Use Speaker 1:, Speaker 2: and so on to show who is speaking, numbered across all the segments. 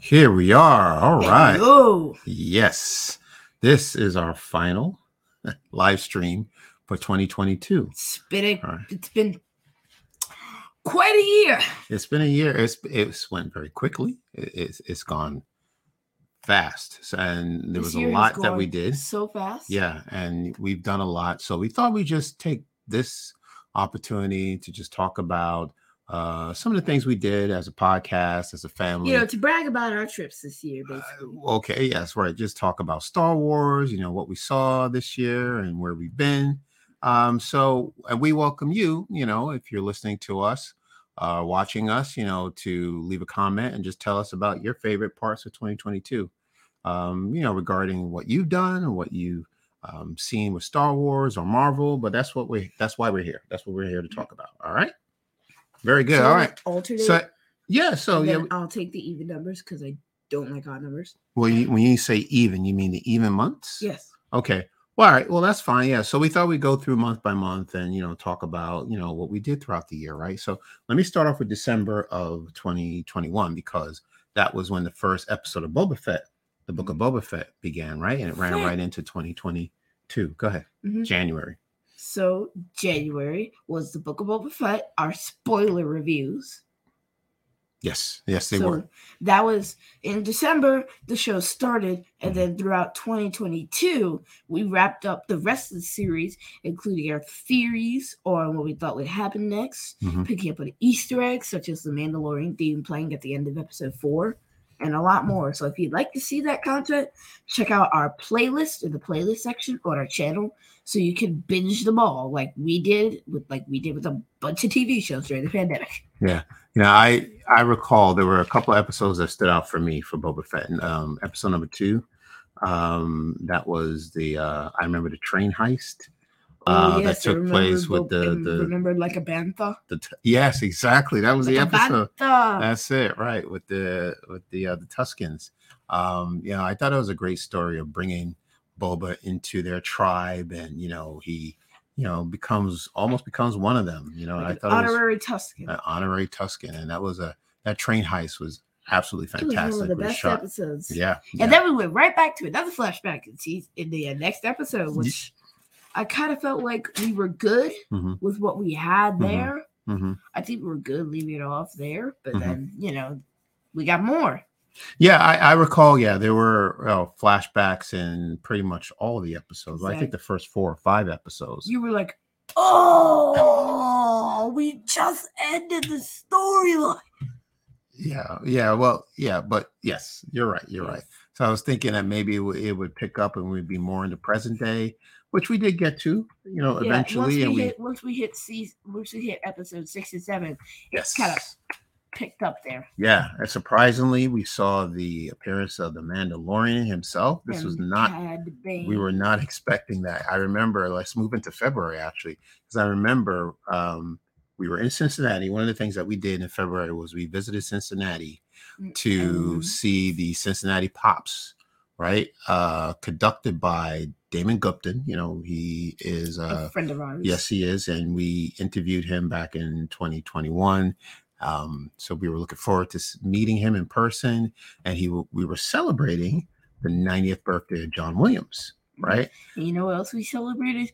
Speaker 1: Here we are. All right.
Speaker 2: Hello.
Speaker 1: Yes. This is our final live stream for 2022.
Speaker 2: It's been a,
Speaker 1: All right.
Speaker 2: it's been quite a year.
Speaker 1: It's been a year. It's it's went very quickly. It, it's it's gone fast. So, and there was
Speaker 2: This year
Speaker 1: a
Speaker 2: has
Speaker 1: lot that we
Speaker 2: gone
Speaker 1: did.
Speaker 2: so fast.
Speaker 1: Yeah, and we've done a lot. So we thought we'd just take this opportunity to just talk about uh, some of the things we did as a podcast, as a family.
Speaker 2: You know, to brag about our trips this year,
Speaker 1: Uh,
Speaker 2: basically.
Speaker 1: okay, yes, right. Just talk about Star Wars, you know, what we saw this year and where we've been. Um, so and we welcome you, you know, if you're listening to us, uh, watching us, you know, to leave a comment and just tell us about your favorite parts of 2022. Um, you know, regarding what you've done and what you um seen with Star Wars or Marvel, but that's what we that's why we're here. That's what we're here to talk about. All right. Very good.
Speaker 2: So
Speaker 1: All
Speaker 2: I'm
Speaker 1: right.
Speaker 2: gonna Alternate.
Speaker 1: So yeah, so
Speaker 2: and
Speaker 1: yeah,
Speaker 2: then I'll take the even numbers because I don't like odd numbers.
Speaker 1: well, you, when you say even, you mean the even months?
Speaker 2: Yes.
Speaker 1: Okay. Well, all right. Well, that's fine. Yeah. So we thought we'd go through month by month and, you know, talk about, you know, what we did throughout the year, right? So let me start off with December of 2021 because that was when the first episode of Boba Fett, the book of Boba Fett began, right? And it ran
Speaker 2: Fett.
Speaker 1: right into 2022. Go ahead.
Speaker 2: Mhm.
Speaker 1: January.
Speaker 2: So January was the Book of Boba Fett. Our spoiler reviews.
Speaker 1: Yes. Yes, they
Speaker 2: so
Speaker 1: were.
Speaker 2: that was in December. The show started, and then throughout 2022, we wrapped up the rest of the series, including our theories on what we thought would happen next,
Speaker 1: Mhm.
Speaker 2: picking up on Easter eggs such as the Mandalorian theme playing at the end of episode four, and a lot more. So if you'd like to see that content, check out our playlist in the playlist section on our channel, so you can binge them all, like we did with like we did with a bunch of TV shows during the pandemic.
Speaker 1: You know, I I recall there were a couple of episodes that stood out for me for Boba Fett. And, um, episode number two, um, that was the uh, I remember the train heist. uh, that
Speaker 2: Oh, I
Speaker 1: took
Speaker 2: remember
Speaker 1: place with
Speaker 2: Bob-
Speaker 1: the-
Speaker 2: and
Speaker 1: the-
Speaker 2: remember like a bantha.
Speaker 1: The t- yes, exactly. That was the
Speaker 2: Like a
Speaker 1: episode.
Speaker 2: bantha.
Speaker 1: That's it, right? With the with the uh, the Tuscans. Um, you know, I thought it was a great story of bringing Boba into their tribe, and you know, he you know becomes almost becomes one of them. You know, and
Speaker 2: Like
Speaker 1: I
Speaker 2: an
Speaker 1: thought it was uh,
Speaker 2: honorary Tuscan.
Speaker 1: an honorary Tuscan, and that was a that train heist was absolutely
Speaker 2: It was
Speaker 1: fantastic.
Speaker 2: one of the
Speaker 1: with a
Speaker 2: best
Speaker 1: shot.
Speaker 2: episodes.
Speaker 1: Yeah, yeah.
Speaker 2: And then we went right back to another flashback in, seas- in the uh, next episode, which I kind of felt like we were good
Speaker 1: Mhm.
Speaker 2: with what we had
Speaker 1: Mhm.
Speaker 2: there.
Speaker 1: Mhm.
Speaker 2: I think we were good leaving it off there, but
Speaker 1: Mhm.
Speaker 2: then you know we got more.
Speaker 1: Yeah, I, I recall. Yeah, there were uh, flashbacks in pretty much all the episodes. I think
Speaker 2: Exact-
Speaker 1: the first four or five episodes.
Speaker 2: You were like, "Oh, we just ended the storyline."
Speaker 1: Yeah, yeah. Well, yeah, but yes, you're right. You're right.
Speaker 2: Yes.
Speaker 1: So I was thinking that maybe it would, it would pick up and we'd be more in the present day, which we did get to, you know,
Speaker 2: Yeah,
Speaker 1: eventually.
Speaker 2: Once
Speaker 1: and
Speaker 2: we
Speaker 1: we
Speaker 2: hit, once we hit season, once we hit episode six and seven,
Speaker 1: yes,
Speaker 2: kinda- picked up there.
Speaker 1: yeah. And surprisingly, we saw the appearance of the Mandalorian himself. This was
Speaker 2: and
Speaker 1: not
Speaker 2: Cad Bane.
Speaker 1: we were not expecting that. I remember, let's move into February actually, because I remember um, we were in Cincinnati. One of the things that we did in February was we visited Cincinnati
Speaker 2: Mm,
Speaker 1: to
Speaker 2: mhm.
Speaker 1: see the Cincinnati Pops, right? Uh, conducted by Damon Gupton. You know, he is
Speaker 2: a
Speaker 1: uh,
Speaker 2: friend of ours.
Speaker 1: Yes, he is. And we interviewed him back in 2021. Um, so we were looking forward to s- meeting him in person. And he w- we were celebrating the 90th birthday of John Williams,
Speaker 2: Mm-hmm.
Speaker 1: right?
Speaker 2: And you know what else we celebrated?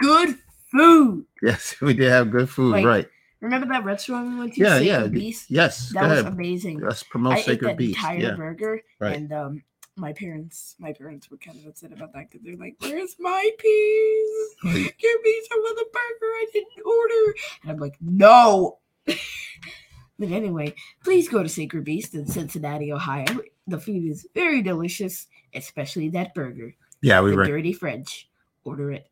Speaker 2: Good food.
Speaker 1: Yes, we did have good food,
Speaker 2: Like,
Speaker 1: right?
Speaker 2: Remember that restaurant we went to?
Speaker 1: Yeah,
Speaker 2: Sacred
Speaker 1: yeah. the-
Speaker 2: Beast?
Speaker 1: Yes,
Speaker 2: That
Speaker 1: go
Speaker 2: was
Speaker 1: ahead.
Speaker 2: amazing.
Speaker 1: Let's
Speaker 2: I
Speaker 1: promote
Speaker 2: ate that
Speaker 1: Sacred Beast.
Speaker 2: entire
Speaker 1: Yeah,
Speaker 2: burger,
Speaker 1: right.
Speaker 2: and um, my parents, my parents were kind of upset about that because they're like, "Where's my piece?
Speaker 1: Right.
Speaker 2: Give me some of the burger I didn't order." And I'm like, "No." but anyway, please go to Sacred Beast in Cincinnati, Ohio. The food is very delicious, especially that burger.
Speaker 1: yeah, we
Speaker 2: the
Speaker 1: were
Speaker 2: dirty French. Order it.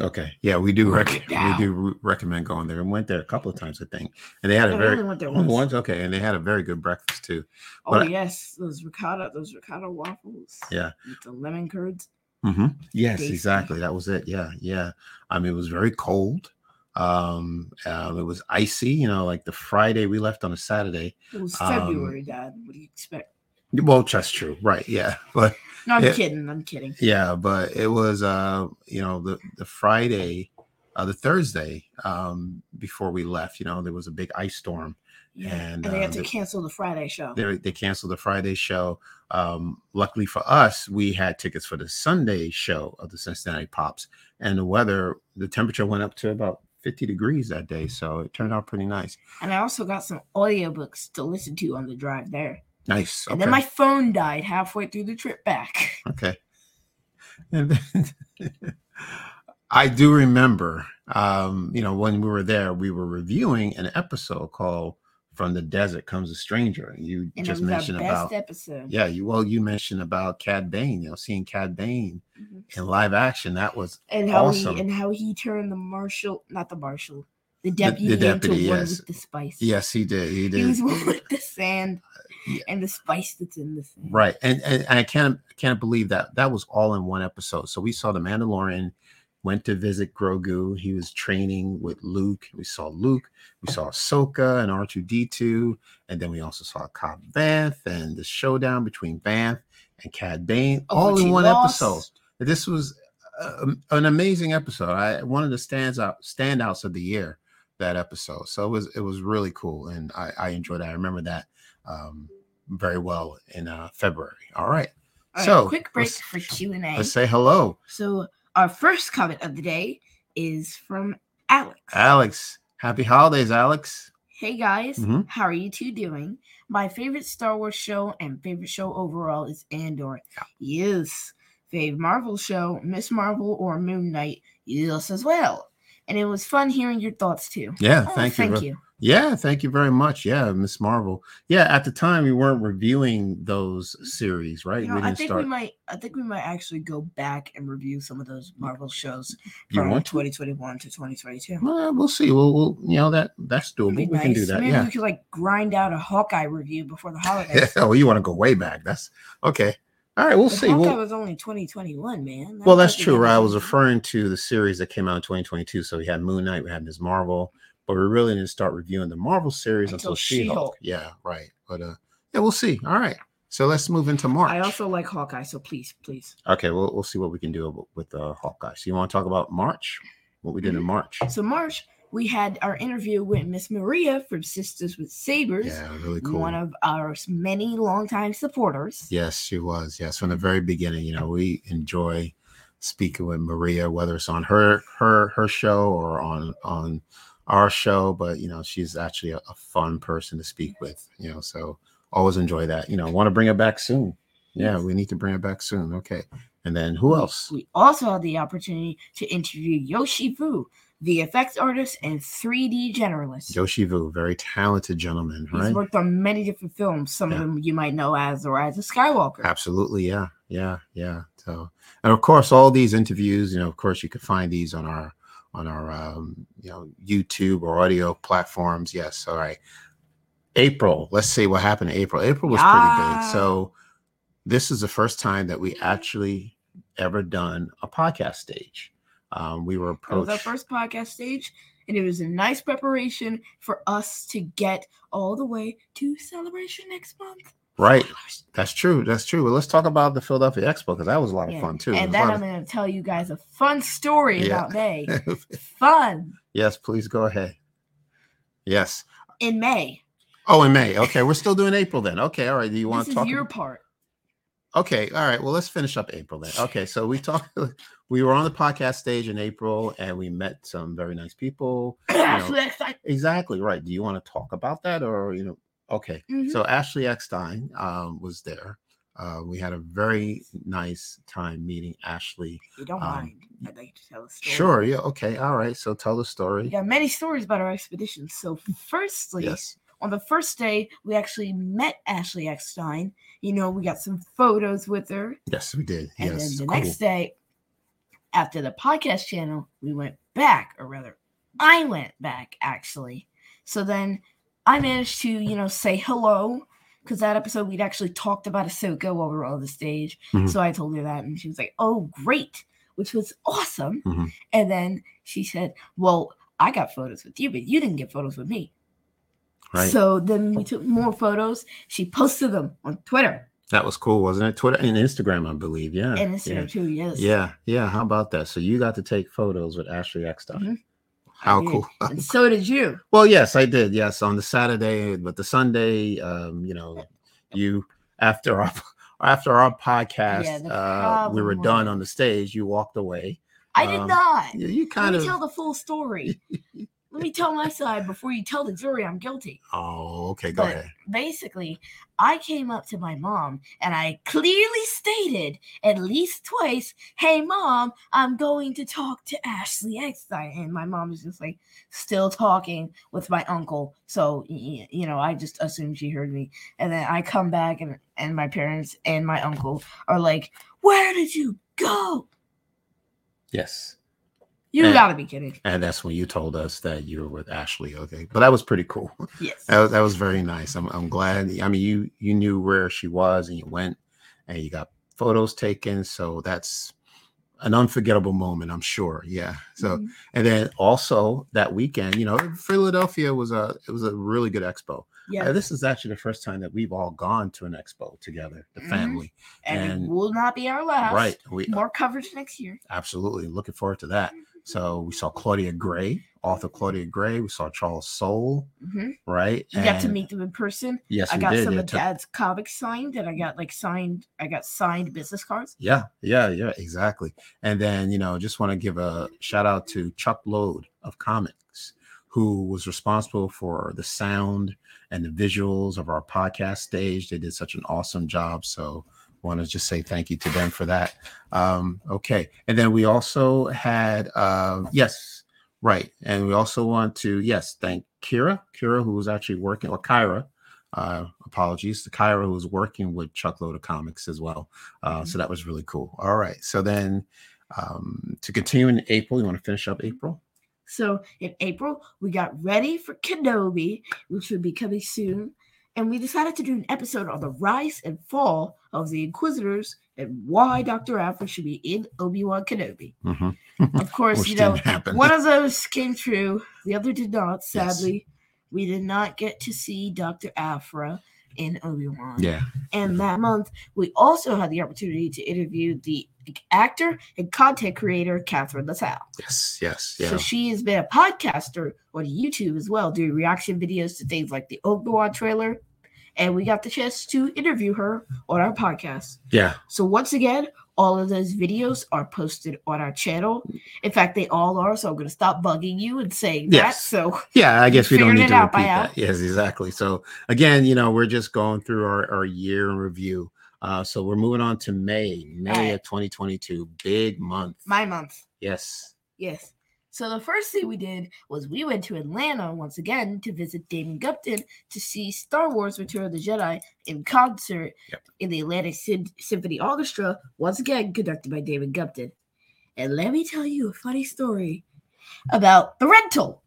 Speaker 1: okay. Yeah, we do rec- we
Speaker 2: Wow.
Speaker 1: do re- recommend going there. And went there a couple of times, I think. And they had a
Speaker 2: No, we
Speaker 1: very
Speaker 2: only went there
Speaker 1: only
Speaker 2: once.
Speaker 1: once, okay, and they had a very good breakfast too.
Speaker 2: Oh
Speaker 1: but I-
Speaker 2: yes, those ricotta, those ricotta waffles.
Speaker 1: Yeah.
Speaker 2: with the lemon curds.
Speaker 1: hmm Yes,
Speaker 2: Tasty.
Speaker 1: exactly. That was it. Yeah, yeah. I mean, it was very cold. Um, um, it was icy. You know, like the Friday we left on a Saturday.
Speaker 2: It was
Speaker 1: Um,
Speaker 2: February, Dad. What do you expect?
Speaker 1: Well, that's true, right? Yeah, but
Speaker 2: No, I'm
Speaker 1: it-
Speaker 2: kidding. I'm kidding.
Speaker 1: yeah, but it was. Uh, you know, the the Friday uh, the Thursday um, before we left. You know, there was a big ice storm,
Speaker 2: Yeah.
Speaker 1: and,
Speaker 2: And they
Speaker 1: uh,
Speaker 2: had to
Speaker 1: the-
Speaker 2: cancel the Friday show.
Speaker 1: they they canceled the Friday show. Um, luckily for us, we had tickets for the Sunday show of the Cincinnati Pops, and the weather, the temperature went up to about 50 degrees that day, so it turned out pretty nice.
Speaker 2: And I also got some audiobooks to listen to on the drive there.
Speaker 1: Nice.
Speaker 2: And then my phone died halfway through the trip back.
Speaker 1: Okay. And then I do remember, um, you know, when we were there, we were reviewing an episode called "From the Desert Comes a Stranger." You
Speaker 2: And
Speaker 1: just
Speaker 2: it was our best
Speaker 1: mentioned about,
Speaker 2: episode.
Speaker 1: yeah, you well, you mentioned about Cad Bane. You know, seeing Cad Bane
Speaker 2: Mhm.
Speaker 1: in live action, that was
Speaker 2: And how
Speaker 1: Awesome.
Speaker 2: he and how he turned the marshal not the marshal, the
Speaker 1: the
Speaker 2: deputy,
Speaker 1: deputy,
Speaker 2: into one
Speaker 1: yes.
Speaker 2: with the spice.
Speaker 1: yes, he did, he
Speaker 2: He
Speaker 1: did,
Speaker 2: was one with the sand
Speaker 1: Yeah.
Speaker 2: and the spice that's in the sand.
Speaker 1: right. And, and and I can't can't believe that that was all in one episode. So we saw the Mandalorian. Went to visit Grogu. He was training with Luke. We saw Luke. We saw Ahsoka and R2D2, and then we also saw Cobb Vanth and the showdown between Vanth and Cad Bane,
Speaker 2: Of
Speaker 1: all
Speaker 2: which
Speaker 1: in
Speaker 2: he
Speaker 1: one
Speaker 2: lost.
Speaker 1: episode. This was uh, um, an amazing episode. I one of the stands out standouts of the year that episode. So it was it was really cool, and I, I enjoyed. It. I remember that um, very well in uh, February. All right,
Speaker 2: All right,
Speaker 1: So,
Speaker 2: quick break
Speaker 1: let's-
Speaker 2: for Q and A.
Speaker 1: let's say hello,
Speaker 2: So our first comment of the day is from Alex.
Speaker 1: Alex. Happy holidays, Alex.
Speaker 2: Hey guys,
Speaker 1: Mhm.
Speaker 2: how are you two doing? My favorite Star Wars show and favorite show overall is Andor. Yes. Fave Marvel show, Miss Marvel or Moon Knight. Yes, as well. And it was fun hearing your thoughts too.
Speaker 1: Yeah,
Speaker 2: Oh,
Speaker 1: thank you.
Speaker 2: Thank
Speaker 1: bro-
Speaker 2: you.
Speaker 1: Yeah, thank you very much. Yeah, Miss Marvel. Yeah, at the time we weren't reviewing those series, right?
Speaker 2: You know,
Speaker 1: we
Speaker 2: I
Speaker 1: didn't
Speaker 2: think
Speaker 1: start.
Speaker 2: we might. I think we might actually go back and review some of those Marvel shows
Speaker 1: you
Speaker 2: from
Speaker 1: want to?
Speaker 2: 2021 to 2022.
Speaker 1: Well, we'll see. We'll, we'll, you know, that that's doable.
Speaker 2: It'd be
Speaker 1: We can do
Speaker 2: nice.
Speaker 1: that.
Speaker 2: Maybe
Speaker 1: Yeah.
Speaker 2: we could like grind out a Hawkeye review before the holidays.
Speaker 1: oh, you want to go way back? That's okay. All right, we'll
Speaker 2: But
Speaker 1: see.
Speaker 2: Hawkeye
Speaker 1: We'll,
Speaker 2: was only 2021, man.
Speaker 1: well, that's true. Right? I was
Speaker 2: afraid.
Speaker 1: referring to the series that came out in 2022. So we had Moon Knight, we had Ms. Marvel, but we really didn't start reviewing the Marvel series until,
Speaker 2: Until
Speaker 1: She-Hulk.
Speaker 2: She-Hulk.
Speaker 1: Yeah, right. But uh, yeah, we'll see. All right. So let's move into March.
Speaker 2: I also like Hawkeye, so please, please.
Speaker 1: okay, we'll we'll see what we can do ab- with uh, Hawkeye. So you want to talk about March? What we did in March?
Speaker 2: So March, we had our interview with Miss Maria from Sisters with Sabers,
Speaker 1: Yeah, really cool.
Speaker 2: one of our many longtime supporters.
Speaker 1: Yes, she was. Yes, from the very beginning. You know, we enjoy speaking with Maria, whether it's on her her her show or on on our show. But you know, she's actually a, a fun person to speak with. You know, so always enjoy that. You know, want to bring her back soon. Yeah, we need to bring her back soon. Okay, and then who else?
Speaker 2: We also had the opportunity to interview Yoshi Fu, the effects artist and 3D generalist.
Speaker 1: Yoshi Vu, very talented gentleman,
Speaker 2: He's
Speaker 1: right?
Speaker 2: worked on many different films, some
Speaker 1: Yeah.
Speaker 2: of them you might know as The Rise of Skywalker.
Speaker 1: Absolutely, yeah, yeah, yeah. So, and of course, all these interviews, you know, of course, you can find these on our on our um, you know YouTube or audio platforms. Yes, all right. April. Let's see what happened in April. April was pretty big.
Speaker 2: Yeah.
Speaker 1: So, this is the first time that we actually ever done a podcast stage. Um, we were
Speaker 2: That was our
Speaker 1: approached.
Speaker 2: first podcast stage, and it was a nice preparation for us to get all the way to celebration next month.
Speaker 1: Right. That's true. That's true. Well, let's talk about the Philadelphia Expo because that was a lot of
Speaker 2: Yeah,
Speaker 1: fun too.
Speaker 2: And
Speaker 1: There
Speaker 2: then
Speaker 1: was a lot
Speaker 2: I'm going to tell you guys a fun story
Speaker 1: Yeah.
Speaker 2: about May.
Speaker 1: of-
Speaker 2: fun
Speaker 1: yes, please go ahead. Yes.
Speaker 2: in May.
Speaker 1: Oh, in May. Okay, we're still doing April then. Okay, all right. Do you want
Speaker 2: This
Speaker 1: to
Speaker 2: is
Speaker 1: talk?
Speaker 2: your
Speaker 1: ab-
Speaker 2: part.
Speaker 1: okay, all right. Well, let's finish up April then. Okay, so we talked. We were on the podcast stage in April, and we met some very nice people.
Speaker 2: Ashley Eckstein.
Speaker 1: Exactly right. Do you want to talk about that, or you know? Okay,
Speaker 2: Mhm.
Speaker 1: so Ashley Eckstein um, was there. Uh, we had a very nice time meeting Ashley.
Speaker 2: If you don't
Speaker 1: um,
Speaker 2: mind, I'd like to tell a story.
Speaker 1: Sure. Yeah. Okay. All right. So tell the
Speaker 2: We
Speaker 1: story.
Speaker 2: got many stories about our expedition. So, firstly,
Speaker 1: Yes.
Speaker 2: on the first day, we actually met Ashley Eckstein. You know, we got some photos with her.
Speaker 1: Yes, we did.
Speaker 2: And
Speaker 1: yes.
Speaker 2: then the
Speaker 1: cool.
Speaker 2: next day, after the podcast channel, we went back, or rather, I went back actually. So then I managed to, you know, say hello because that episode we'd actually talked about Ahsoka while we were on the stage.
Speaker 1: Mhm.
Speaker 2: So I told her that, and she was like, "Oh, great," which was awesome.
Speaker 1: Mhm.
Speaker 2: And then she said, "Well, I got photos with you, but you didn't get photos with me."
Speaker 1: right.
Speaker 2: So then we took more photos. She posted them on Twitter.
Speaker 1: That was cool, wasn't it? Twitter and Instagram, I believe. Yeah.
Speaker 2: and Instagram too. Yes.
Speaker 1: Yeah. Yeah. How about that? So you got to take photos with Ashley Eckstein.
Speaker 2: Mhm.
Speaker 1: How
Speaker 2: I did.
Speaker 1: cool.
Speaker 2: And so did you.
Speaker 1: Well, yes, I did. Yes, on the Saturday, but the Sunday, um, you know, you after our after our podcast,
Speaker 2: Yeah, the
Speaker 1: uh, we were
Speaker 2: problem
Speaker 1: done
Speaker 2: was-
Speaker 1: on the stage. You walked away.
Speaker 2: I did
Speaker 1: Um,
Speaker 2: not.
Speaker 1: You, you
Speaker 2: Let
Speaker 1: kind
Speaker 2: me
Speaker 1: of.
Speaker 2: tell the full story. Let me tell my side before you tell the jury I'm guilty.
Speaker 1: oh, okay. Go
Speaker 2: but-
Speaker 1: ahead.
Speaker 2: Basically, I came up to my mom and I clearly stated at least twice, Hey, mom, I'm going to talk to Ashley Eckstein. And my mom was just like, still talking with my uncle. So, y- y- you know, I just assumed she heard me. And then I come back and, and my parents and my uncle are like, Where did you go?
Speaker 1: Yes.
Speaker 2: You
Speaker 1: And-
Speaker 2: gotta be kidding.
Speaker 1: And that's when you told us that you were with Ashley. Okay, but that was pretty cool.
Speaker 2: Yes.
Speaker 1: That was, that was very nice. I'm, I'm glad. I mean, you you knew where she was and you went and you got photos taken. So that's an unforgettable moment, I'm sure. Yeah. So
Speaker 2: Mhm.
Speaker 1: and then also that weekend, you know, Philadelphia was a it was a really good expo.
Speaker 2: yeah.
Speaker 1: Uh, this is actually the first time that we've all gone to an expo together, the
Speaker 2: Mhm.
Speaker 1: family.
Speaker 2: and,
Speaker 1: And-
Speaker 2: it will not be our last.
Speaker 1: Right. We
Speaker 2: More Mm-hmm. coverage next year.
Speaker 1: absolutely looking forward to that. So we saw Claudia Gray, author Claudia Gray. We saw Charles Soule,
Speaker 2: hmm
Speaker 1: right?
Speaker 2: You got to
Speaker 1: And-
Speaker 2: meet them in person.
Speaker 1: Yes,
Speaker 2: I
Speaker 1: we
Speaker 2: got
Speaker 1: did.
Speaker 2: some
Speaker 1: Yeah,
Speaker 2: of
Speaker 1: to-
Speaker 2: Dad's comics signed, and I got like signed. I got signed business cards.
Speaker 1: Yeah, yeah, yeah, exactly. And then, you know, just want to give a shout out to Chuck Lode of Comics, who was responsible for the sound and the visuals of our podcast stage. They did such an awesome job. So, want to just say thank you to them for that. Um, okay. And then we also had, uh, yes, right. And we also want to, yes, thank Kira, Kira, who was actually working, or Kyra. Uh, apologies to Kyra, who was working with Chuck Lode of Comics as well. Uh,
Speaker 2: Mm-hmm.
Speaker 1: so that was really cool. All right. So then um, to continue in April, you want to finish up April?
Speaker 2: So in April, we got ready for Kenobi, which would be coming soon, and we decided to do an episode on the rise and fall of the Inquisitors and why Doctor Aphra should be in Obi Wan Kenobi.
Speaker 1: Mm-hmm.
Speaker 2: Of course,
Speaker 1: Which
Speaker 2: you know
Speaker 1: didn't happen.
Speaker 2: One of those came true, the other did not,
Speaker 1: Yes.
Speaker 2: sadly. We did not get to see Dr. Afra in Obi Wan.
Speaker 1: yeah.
Speaker 2: And that month, we also had the opportunity to interview the actor and content creator, Catherine LaSalle.
Speaker 1: Yes. Yes. Yeah.
Speaker 2: So she has been a podcaster on YouTube as well, doing reaction videos to things like the Obi Wan trailer. And we got the chance to interview her on our podcast.
Speaker 1: yeah.
Speaker 2: So once again, all of those videos are posted on our channel. In fact, they all are. So I'm going to stop bugging you and saying that.
Speaker 1: Yes.
Speaker 2: So
Speaker 1: Yeah. I guess we don't
Speaker 2: Figured
Speaker 1: need
Speaker 2: it
Speaker 1: to
Speaker 2: out by
Speaker 1: repeat
Speaker 2: now.
Speaker 1: that. Yes. Exactly. So again, you know, we're just going through our, our year in review. Uh, so we're moving on to May, May
Speaker 2: Right.
Speaker 1: of 2022, big month.
Speaker 2: my month,
Speaker 1: yes.
Speaker 2: yes. So the first thing we did was we went to Atlanta once again to visit Damon Gupton to see Star Wars: Return of the Jedi in concert
Speaker 1: Yep.
Speaker 2: in the Atlantic Sym- Symphony Orchestra, once again conducted by Damon Gupton. And let me tell you a funny story about the rental.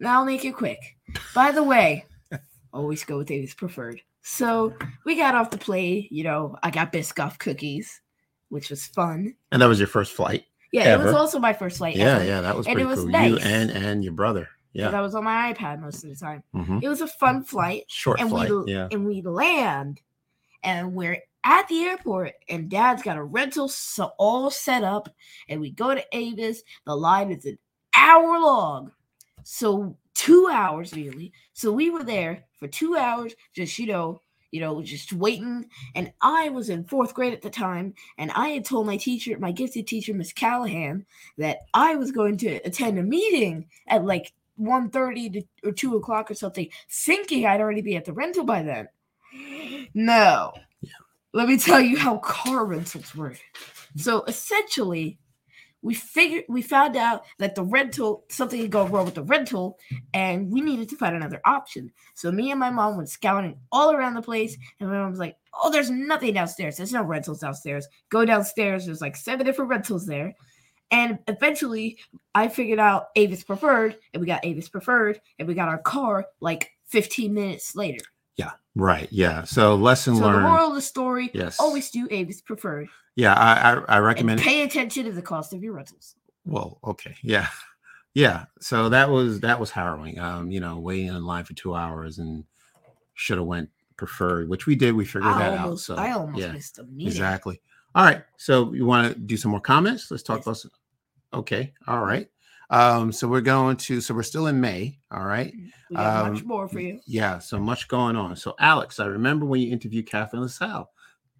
Speaker 2: Now I'll make it quick. By the way, always go with Amy's preferred. So we got off the plane. You know, I got Biscoff cookies, which was fun.
Speaker 1: And that was your first flight.
Speaker 2: Yeah, it was
Speaker 1: Ever.
Speaker 2: also my first flight.
Speaker 1: Yeah.
Speaker 2: ever,
Speaker 1: Yeah. That was
Speaker 2: And it
Speaker 1: pretty
Speaker 2: was
Speaker 1: cool. You
Speaker 2: nice.
Speaker 1: and, and your brother.
Speaker 2: 'cause
Speaker 1: Yeah.
Speaker 2: I was on my iPad most of the time.
Speaker 1: hmm
Speaker 2: It was a fun flight,
Speaker 1: Short
Speaker 2: and
Speaker 1: flight.
Speaker 2: we
Speaker 1: yeah.
Speaker 2: and we land, and we're at the airport, and Dad's got a rental so all set up, and we go to Avis. The line is an hour long, so two hours nearly. So we were there for two hours, just you know, you know, just waiting. And I was in fourth grade at the time, and I had told my teacher, my gifted teacher, Miss Callahan, that I was going to attend a meeting at like 1.30 to, or 2 o'clock or something, thinking I'd already be at the rental by then. No. Let me tell you how car rentals work. So essentially, we figured we found out that the rental something had gone wrong with the rental, and we needed to find another option. So me and my mom went scouting all around the place, and my mom was like, "Oh, there's nothing downstairs. There's no rentals downstairs. Go downstairs. There's like seven different rentals there." And eventually, I figured out Avis Preferred, and we got Avis Preferred, and we got our car like 15 minutes later.
Speaker 1: Right. Yeah. So lesson
Speaker 2: So the
Speaker 1: learned.
Speaker 2: moral of the story:
Speaker 1: yes.
Speaker 2: always do Avis Preferred,
Speaker 1: Yeah. I, I, I
Speaker 2: and
Speaker 1: recommend
Speaker 2: pay attention to the cost of your rentals.
Speaker 1: Well, okay, yeah, yeah. So that was that was harrowing. Um, you know, waiting in line for two hours and should have went preferred, which we did. We figured
Speaker 2: I
Speaker 1: that
Speaker 2: almost,
Speaker 1: out. So
Speaker 2: I almost
Speaker 1: yeah,
Speaker 2: missed a meeting.
Speaker 1: exactly. All right. So you want to do some more comments? Let's talk
Speaker 2: Yes.
Speaker 1: about. Some, okay. All right. Um, so we're going to. So we're still in May. All right.
Speaker 2: We got much
Speaker 1: Um,
Speaker 2: more for you.
Speaker 1: Yeah, so much going on. So, Alex, I remember when you interviewed Catherine LaSalle.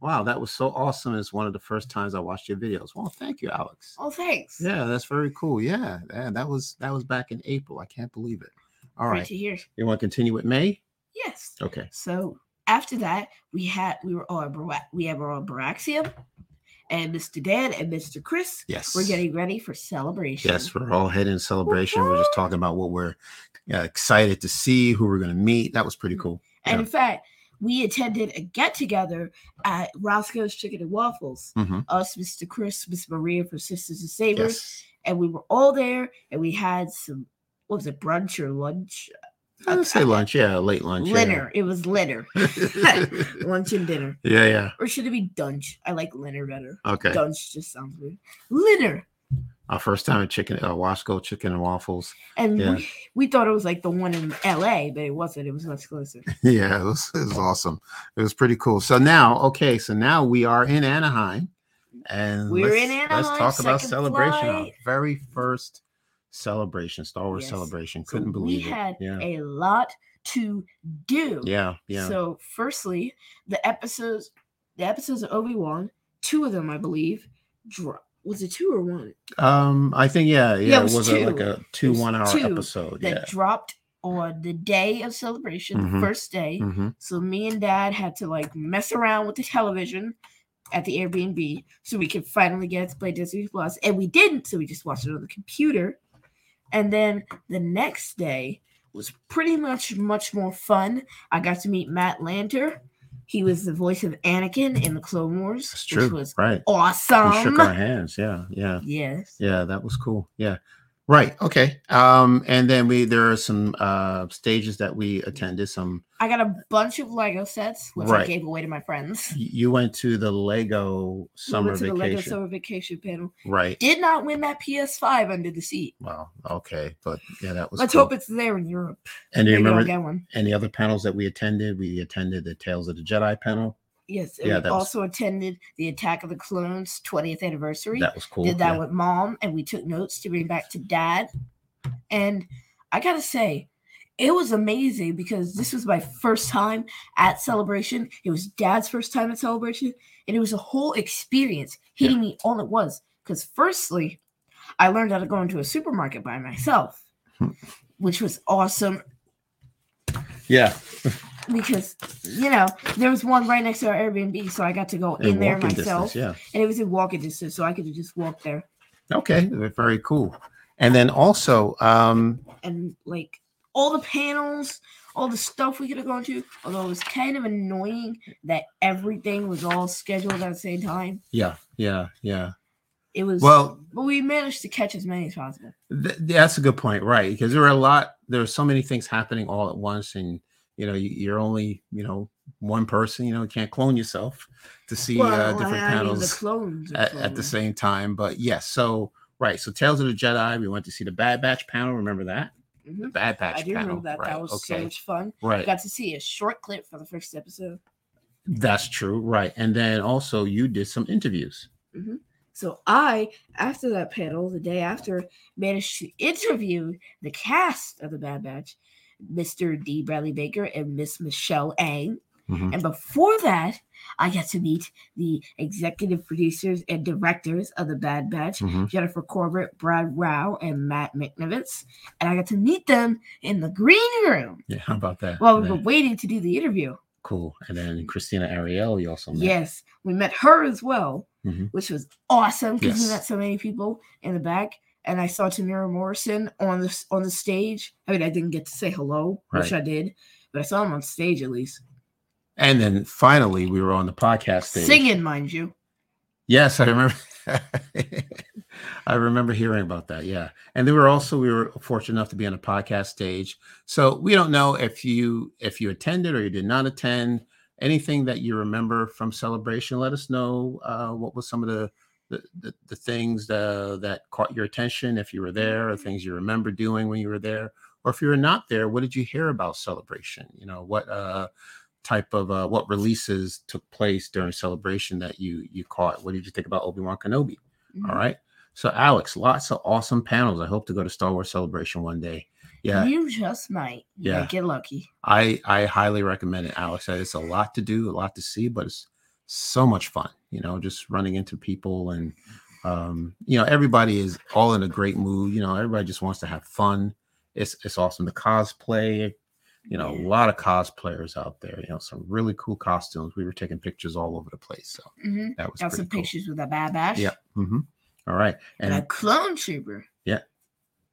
Speaker 1: Wow, that was so awesome. It's one of the first times I watched your videos. Well, thank you, Alex.
Speaker 2: Oh, thanks.
Speaker 1: Yeah, that's very cool. Yeah, yeah, that was that was back in April. I can't believe it. All
Speaker 2: Great
Speaker 1: right.
Speaker 2: to hear.
Speaker 1: You want to continue with May?
Speaker 2: Yes.
Speaker 1: Okay.
Speaker 2: So after that, we had we were on Bara- we have our own Baraxium, and Mr. Dan and Mr. Chris.
Speaker 1: Yes.
Speaker 2: We're getting ready for celebration.
Speaker 1: Yes, we're all heading in celebration. We're just talking about what we're uh, excited to see, who we're going to meet. That was pretty cool.
Speaker 2: And
Speaker 1: yeah.
Speaker 2: in fact, we attended a get together at Roscoe's Chicken and Waffles.
Speaker 1: hmm
Speaker 2: Us, Mr. Chris, Miss Maria from Sisters and Savers,
Speaker 1: Yes.
Speaker 2: and we were all there, and we had some. What was it, brunch or lunch?
Speaker 1: I would Uh, say lunch. Yeah, late lunch. yeah.
Speaker 2: Dinner. It was dinner.
Speaker 1: yeah,
Speaker 2: lunch and dinner.
Speaker 1: yeah.
Speaker 2: Or should it be dunch? I like Leonard better.
Speaker 1: Okay.
Speaker 2: Dunch just sounds weird. Litter.
Speaker 1: Our first time at chicken, uh, Wasco chicken and waffles.
Speaker 2: And
Speaker 1: Yeah.
Speaker 2: we, we thought it was like the one in LA, but it wasn't. It was much closer.
Speaker 1: yeah, it was, it was awesome. It was pretty cool. So now, okay, so now we are in Anaheim, and
Speaker 2: We're
Speaker 1: let's,
Speaker 2: in
Speaker 1: Let's
Speaker 2: Anaheim,
Speaker 1: talk about
Speaker 2: second
Speaker 1: celebration. Our
Speaker 2: flight.
Speaker 1: very first celebration, Star Wars
Speaker 2: Yes.
Speaker 1: celebration.
Speaker 2: So
Speaker 1: Couldn't
Speaker 2: we
Speaker 1: believe
Speaker 2: had
Speaker 1: it. Yeah,
Speaker 2: a lot to do.
Speaker 1: yeah, yeah.
Speaker 2: So firstly, the episodes the episodes of Obi-Wan, two of them I believe, dro- was it two or one?
Speaker 1: um, I think yeah, yeah.
Speaker 2: it was
Speaker 1: was a, like
Speaker 2: two.
Speaker 1: a two
Speaker 2: was
Speaker 1: one hour
Speaker 2: two
Speaker 1: episode.
Speaker 2: That
Speaker 1: Yeah.
Speaker 2: dropped on the day of celebration,
Speaker 1: Mhm.
Speaker 2: the first day.
Speaker 1: hmm
Speaker 2: So me and dad had to like mess around with the television at the Airbnb so we could finally get it to play Disney Plus. And we didn't, so we just watched it on the computer. And then the next day was pretty much much more fun. I got to meet Matt Lanter. He was the voice of Anakin in the Clone Wars,
Speaker 1: That's true.
Speaker 2: which was
Speaker 1: right. we shook our
Speaker 2: awesome.
Speaker 1: hands. Yeah, yeah.
Speaker 2: Yes.
Speaker 1: Yeah, that was cool. Yeah. Right. Okay. Um, and then we there are some uh stages that we attended. Some
Speaker 2: I got a bunch of Lego sets, which I
Speaker 1: Right.
Speaker 2: gave away to my friends.
Speaker 1: y- you went to the Lego
Speaker 2: we
Speaker 1: summer
Speaker 2: went to
Speaker 1: vacation.
Speaker 2: the Lego summer vacation panel.
Speaker 1: right.
Speaker 2: Did not win that PS5 under the seat.
Speaker 1: Wow. Okay. But yeah, that was
Speaker 2: Let's
Speaker 1: cool.
Speaker 2: hope it's there in Europe.
Speaker 1: and do you
Speaker 2: Maybe I'll
Speaker 1: remember
Speaker 2: get one.
Speaker 1: any other panels that we attended? We attended the Tales of the Jedi panel.
Speaker 2: Yes, and
Speaker 1: Yeah,
Speaker 2: we
Speaker 1: that was-
Speaker 2: also attended the Attack of the Clones 20th anniversary.
Speaker 1: That was cool.
Speaker 2: Did that
Speaker 1: yeah.
Speaker 2: with mom, and we took notes to bring back to dad. And I gotta say, it was amazing because this was my first time at celebration. It was dad's first time at celebration, and it was a whole experience hitting me all at once. Because firstly, I learned how to go into a supermarket by myself,
Speaker 1: Hmm.
Speaker 2: which was awesome
Speaker 1: yeah.
Speaker 2: because you know there was one right next to our Airbnb, so I got to go in
Speaker 1: and
Speaker 2: there
Speaker 1: walking
Speaker 2: myself,
Speaker 1: Distance, yeah.
Speaker 2: and it was in walking distance, so I could just walk there.
Speaker 1: Okay. Very cool. And then also, um,
Speaker 2: And like all the panels, all the stuff we could have gone to, although it was kind of annoying that everything was all scheduled at the same time.
Speaker 1: yeah, yeah, yeah.
Speaker 2: It was
Speaker 1: Well,
Speaker 2: but we managed to catch as many as possible.
Speaker 1: Th- that's a good point, right? Because there are a lot, there are so many things happening all at once, and you know, you, you're only, you know, one person. You know, you can't clone yourself to see uh, different
Speaker 2: I mean,
Speaker 1: panels
Speaker 2: the clones are
Speaker 1: at, at the
Speaker 2: clones.
Speaker 1: same time. But yes, so right, so Tales of the Jedi, we went to see the Bad Batch panel. Remember that? The
Speaker 2: Mhm.
Speaker 1: Bad Batch
Speaker 2: I do
Speaker 1: panel.
Speaker 2: remember that.
Speaker 1: Right.
Speaker 2: That was so
Speaker 1: okay.
Speaker 2: much fun.
Speaker 1: right.
Speaker 2: Got to see a short clip for the first episode.
Speaker 1: That's true. Right. And then also you did some interviews.
Speaker 2: So I, after that panel, the day after, managed to interview the cast of the Bad Batch, Mr. D. Bradley Baker and Miss Michelle Ang. And before that, I got to meet the executive producers and directors of the Bad Batch,
Speaker 1: Mhm.
Speaker 2: Jennifer Corbett, Brad Rao, and Matt McNevitz. And I got to meet them in the green room
Speaker 1: Yeah. How about that?
Speaker 2: while we
Speaker 1: And
Speaker 2: were
Speaker 1: then-
Speaker 2: waiting to do the interview.
Speaker 1: cool. And then Christina Ariel, you also met.
Speaker 2: Yes, we met her as well,
Speaker 1: Mhm.
Speaker 2: which was awesome because
Speaker 1: Yes.
Speaker 2: we met so many people in the back. And I saw Tamira Morrison on the s- on the stage. I mean, I didn't get to say hello, which
Speaker 1: Right.
Speaker 2: I did, but I saw him on stage at least
Speaker 1: And then finally, we were on the podcast stage.
Speaker 2: singing, mind you.
Speaker 1: Yes, I remember. I remember hearing about that. Yeah, and there were also we were fortunate enough to be on a podcast stage. So we don't know if you if you attended or you did not attend. Anything that you remember from celebration, let us know. Uh, what was some of the the, the, the things uh, that caught your attention if you were there, or things you remember doing when you were there, or if you were not there, what did you hear about celebration? You know, what uh, type of uh, what releases took place during celebration that you you caught. What did you think about Obi Wan Kenobi?
Speaker 2: Mhm.
Speaker 1: All right. So Alex, lots of awesome panels. I hope to go to Star Wars Celebration one day. Yeah,
Speaker 2: You just might. You might
Speaker 1: Yeah.
Speaker 2: Get lucky.
Speaker 1: I I highly recommend it, Alex. It's a lot to do, a lot to see, but it's so much fun. You know, just running into people and um, you know everybody is all in a great mood. You know, everybody just wants to have fun. It's it's awesome. The cosplay, you know,
Speaker 2: Yeah.
Speaker 1: a lot of cosplayers out there. You know, some really cool costumes. We were taking pictures all over the place, so
Speaker 2: hmm
Speaker 1: that was
Speaker 2: Got some
Speaker 1: pretty cool.
Speaker 2: pictures with a bad bash.
Speaker 1: Yeah. hmm All right.
Speaker 2: And,
Speaker 1: And
Speaker 2: a clone trooper.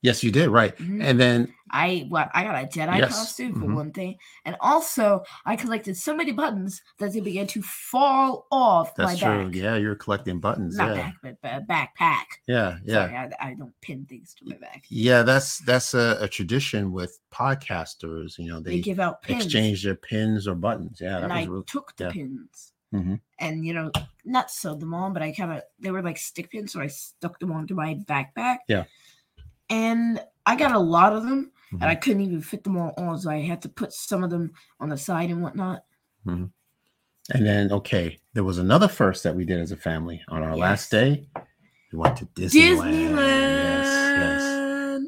Speaker 1: yes, you did right.
Speaker 2: Mhm.
Speaker 1: And then
Speaker 2: I well, I got a Jedi
Speaker 1: Yes.
Speaker 2: costume for
Speaker 1: Mhm.
Speaker 2: one thing, and also I collected so many buttons that they began to fall off
Speaker 1: that's
Speaker 2: my
Speaker 1: true.
Speaker 2: back.
Speaker 1: Yeah, you're collecting buttons.
Speaker 2: Not
Speaker 1: yeah.
Speaker 2: back, but ba- backpack.
Speaker 1: Yeah. Yeah.
Speaker 2: Sorry, I, I don't pin things to my back.
Speaker 1: Yeah, that's that's a, a tradition with podcasters. You know,
Speaker 2: They,
Speaker 1: they,
Speaker 2: give out pins.
Speaker 1: exchange their pins or buttons. Yeah, that
Speaker 2: and
Speaker 1: was
Speaker 2: I
Speaker 1: really
Speaker 2: took the
Speaker 1: yeah.
Speaker 2: pins.
Speaker 1: Mhm.
Speaker 2: And you know, not sewed them on, but I kind of they were like stick pins, so I stuck them onto my backpack.
Speaker 1: Yeah.
Speaker 2: And I got a lot of them,
Speaker 1: Mhm.
Speaker 2: and I couldn't even fit them all on, so I had to put some of them on the side and whatnot.
Speaker 1: mm-hmm. And then okay, there was another first that we did as a family on our last day. We went to Disneyland. Yes,
Speaker 2: Disneyland.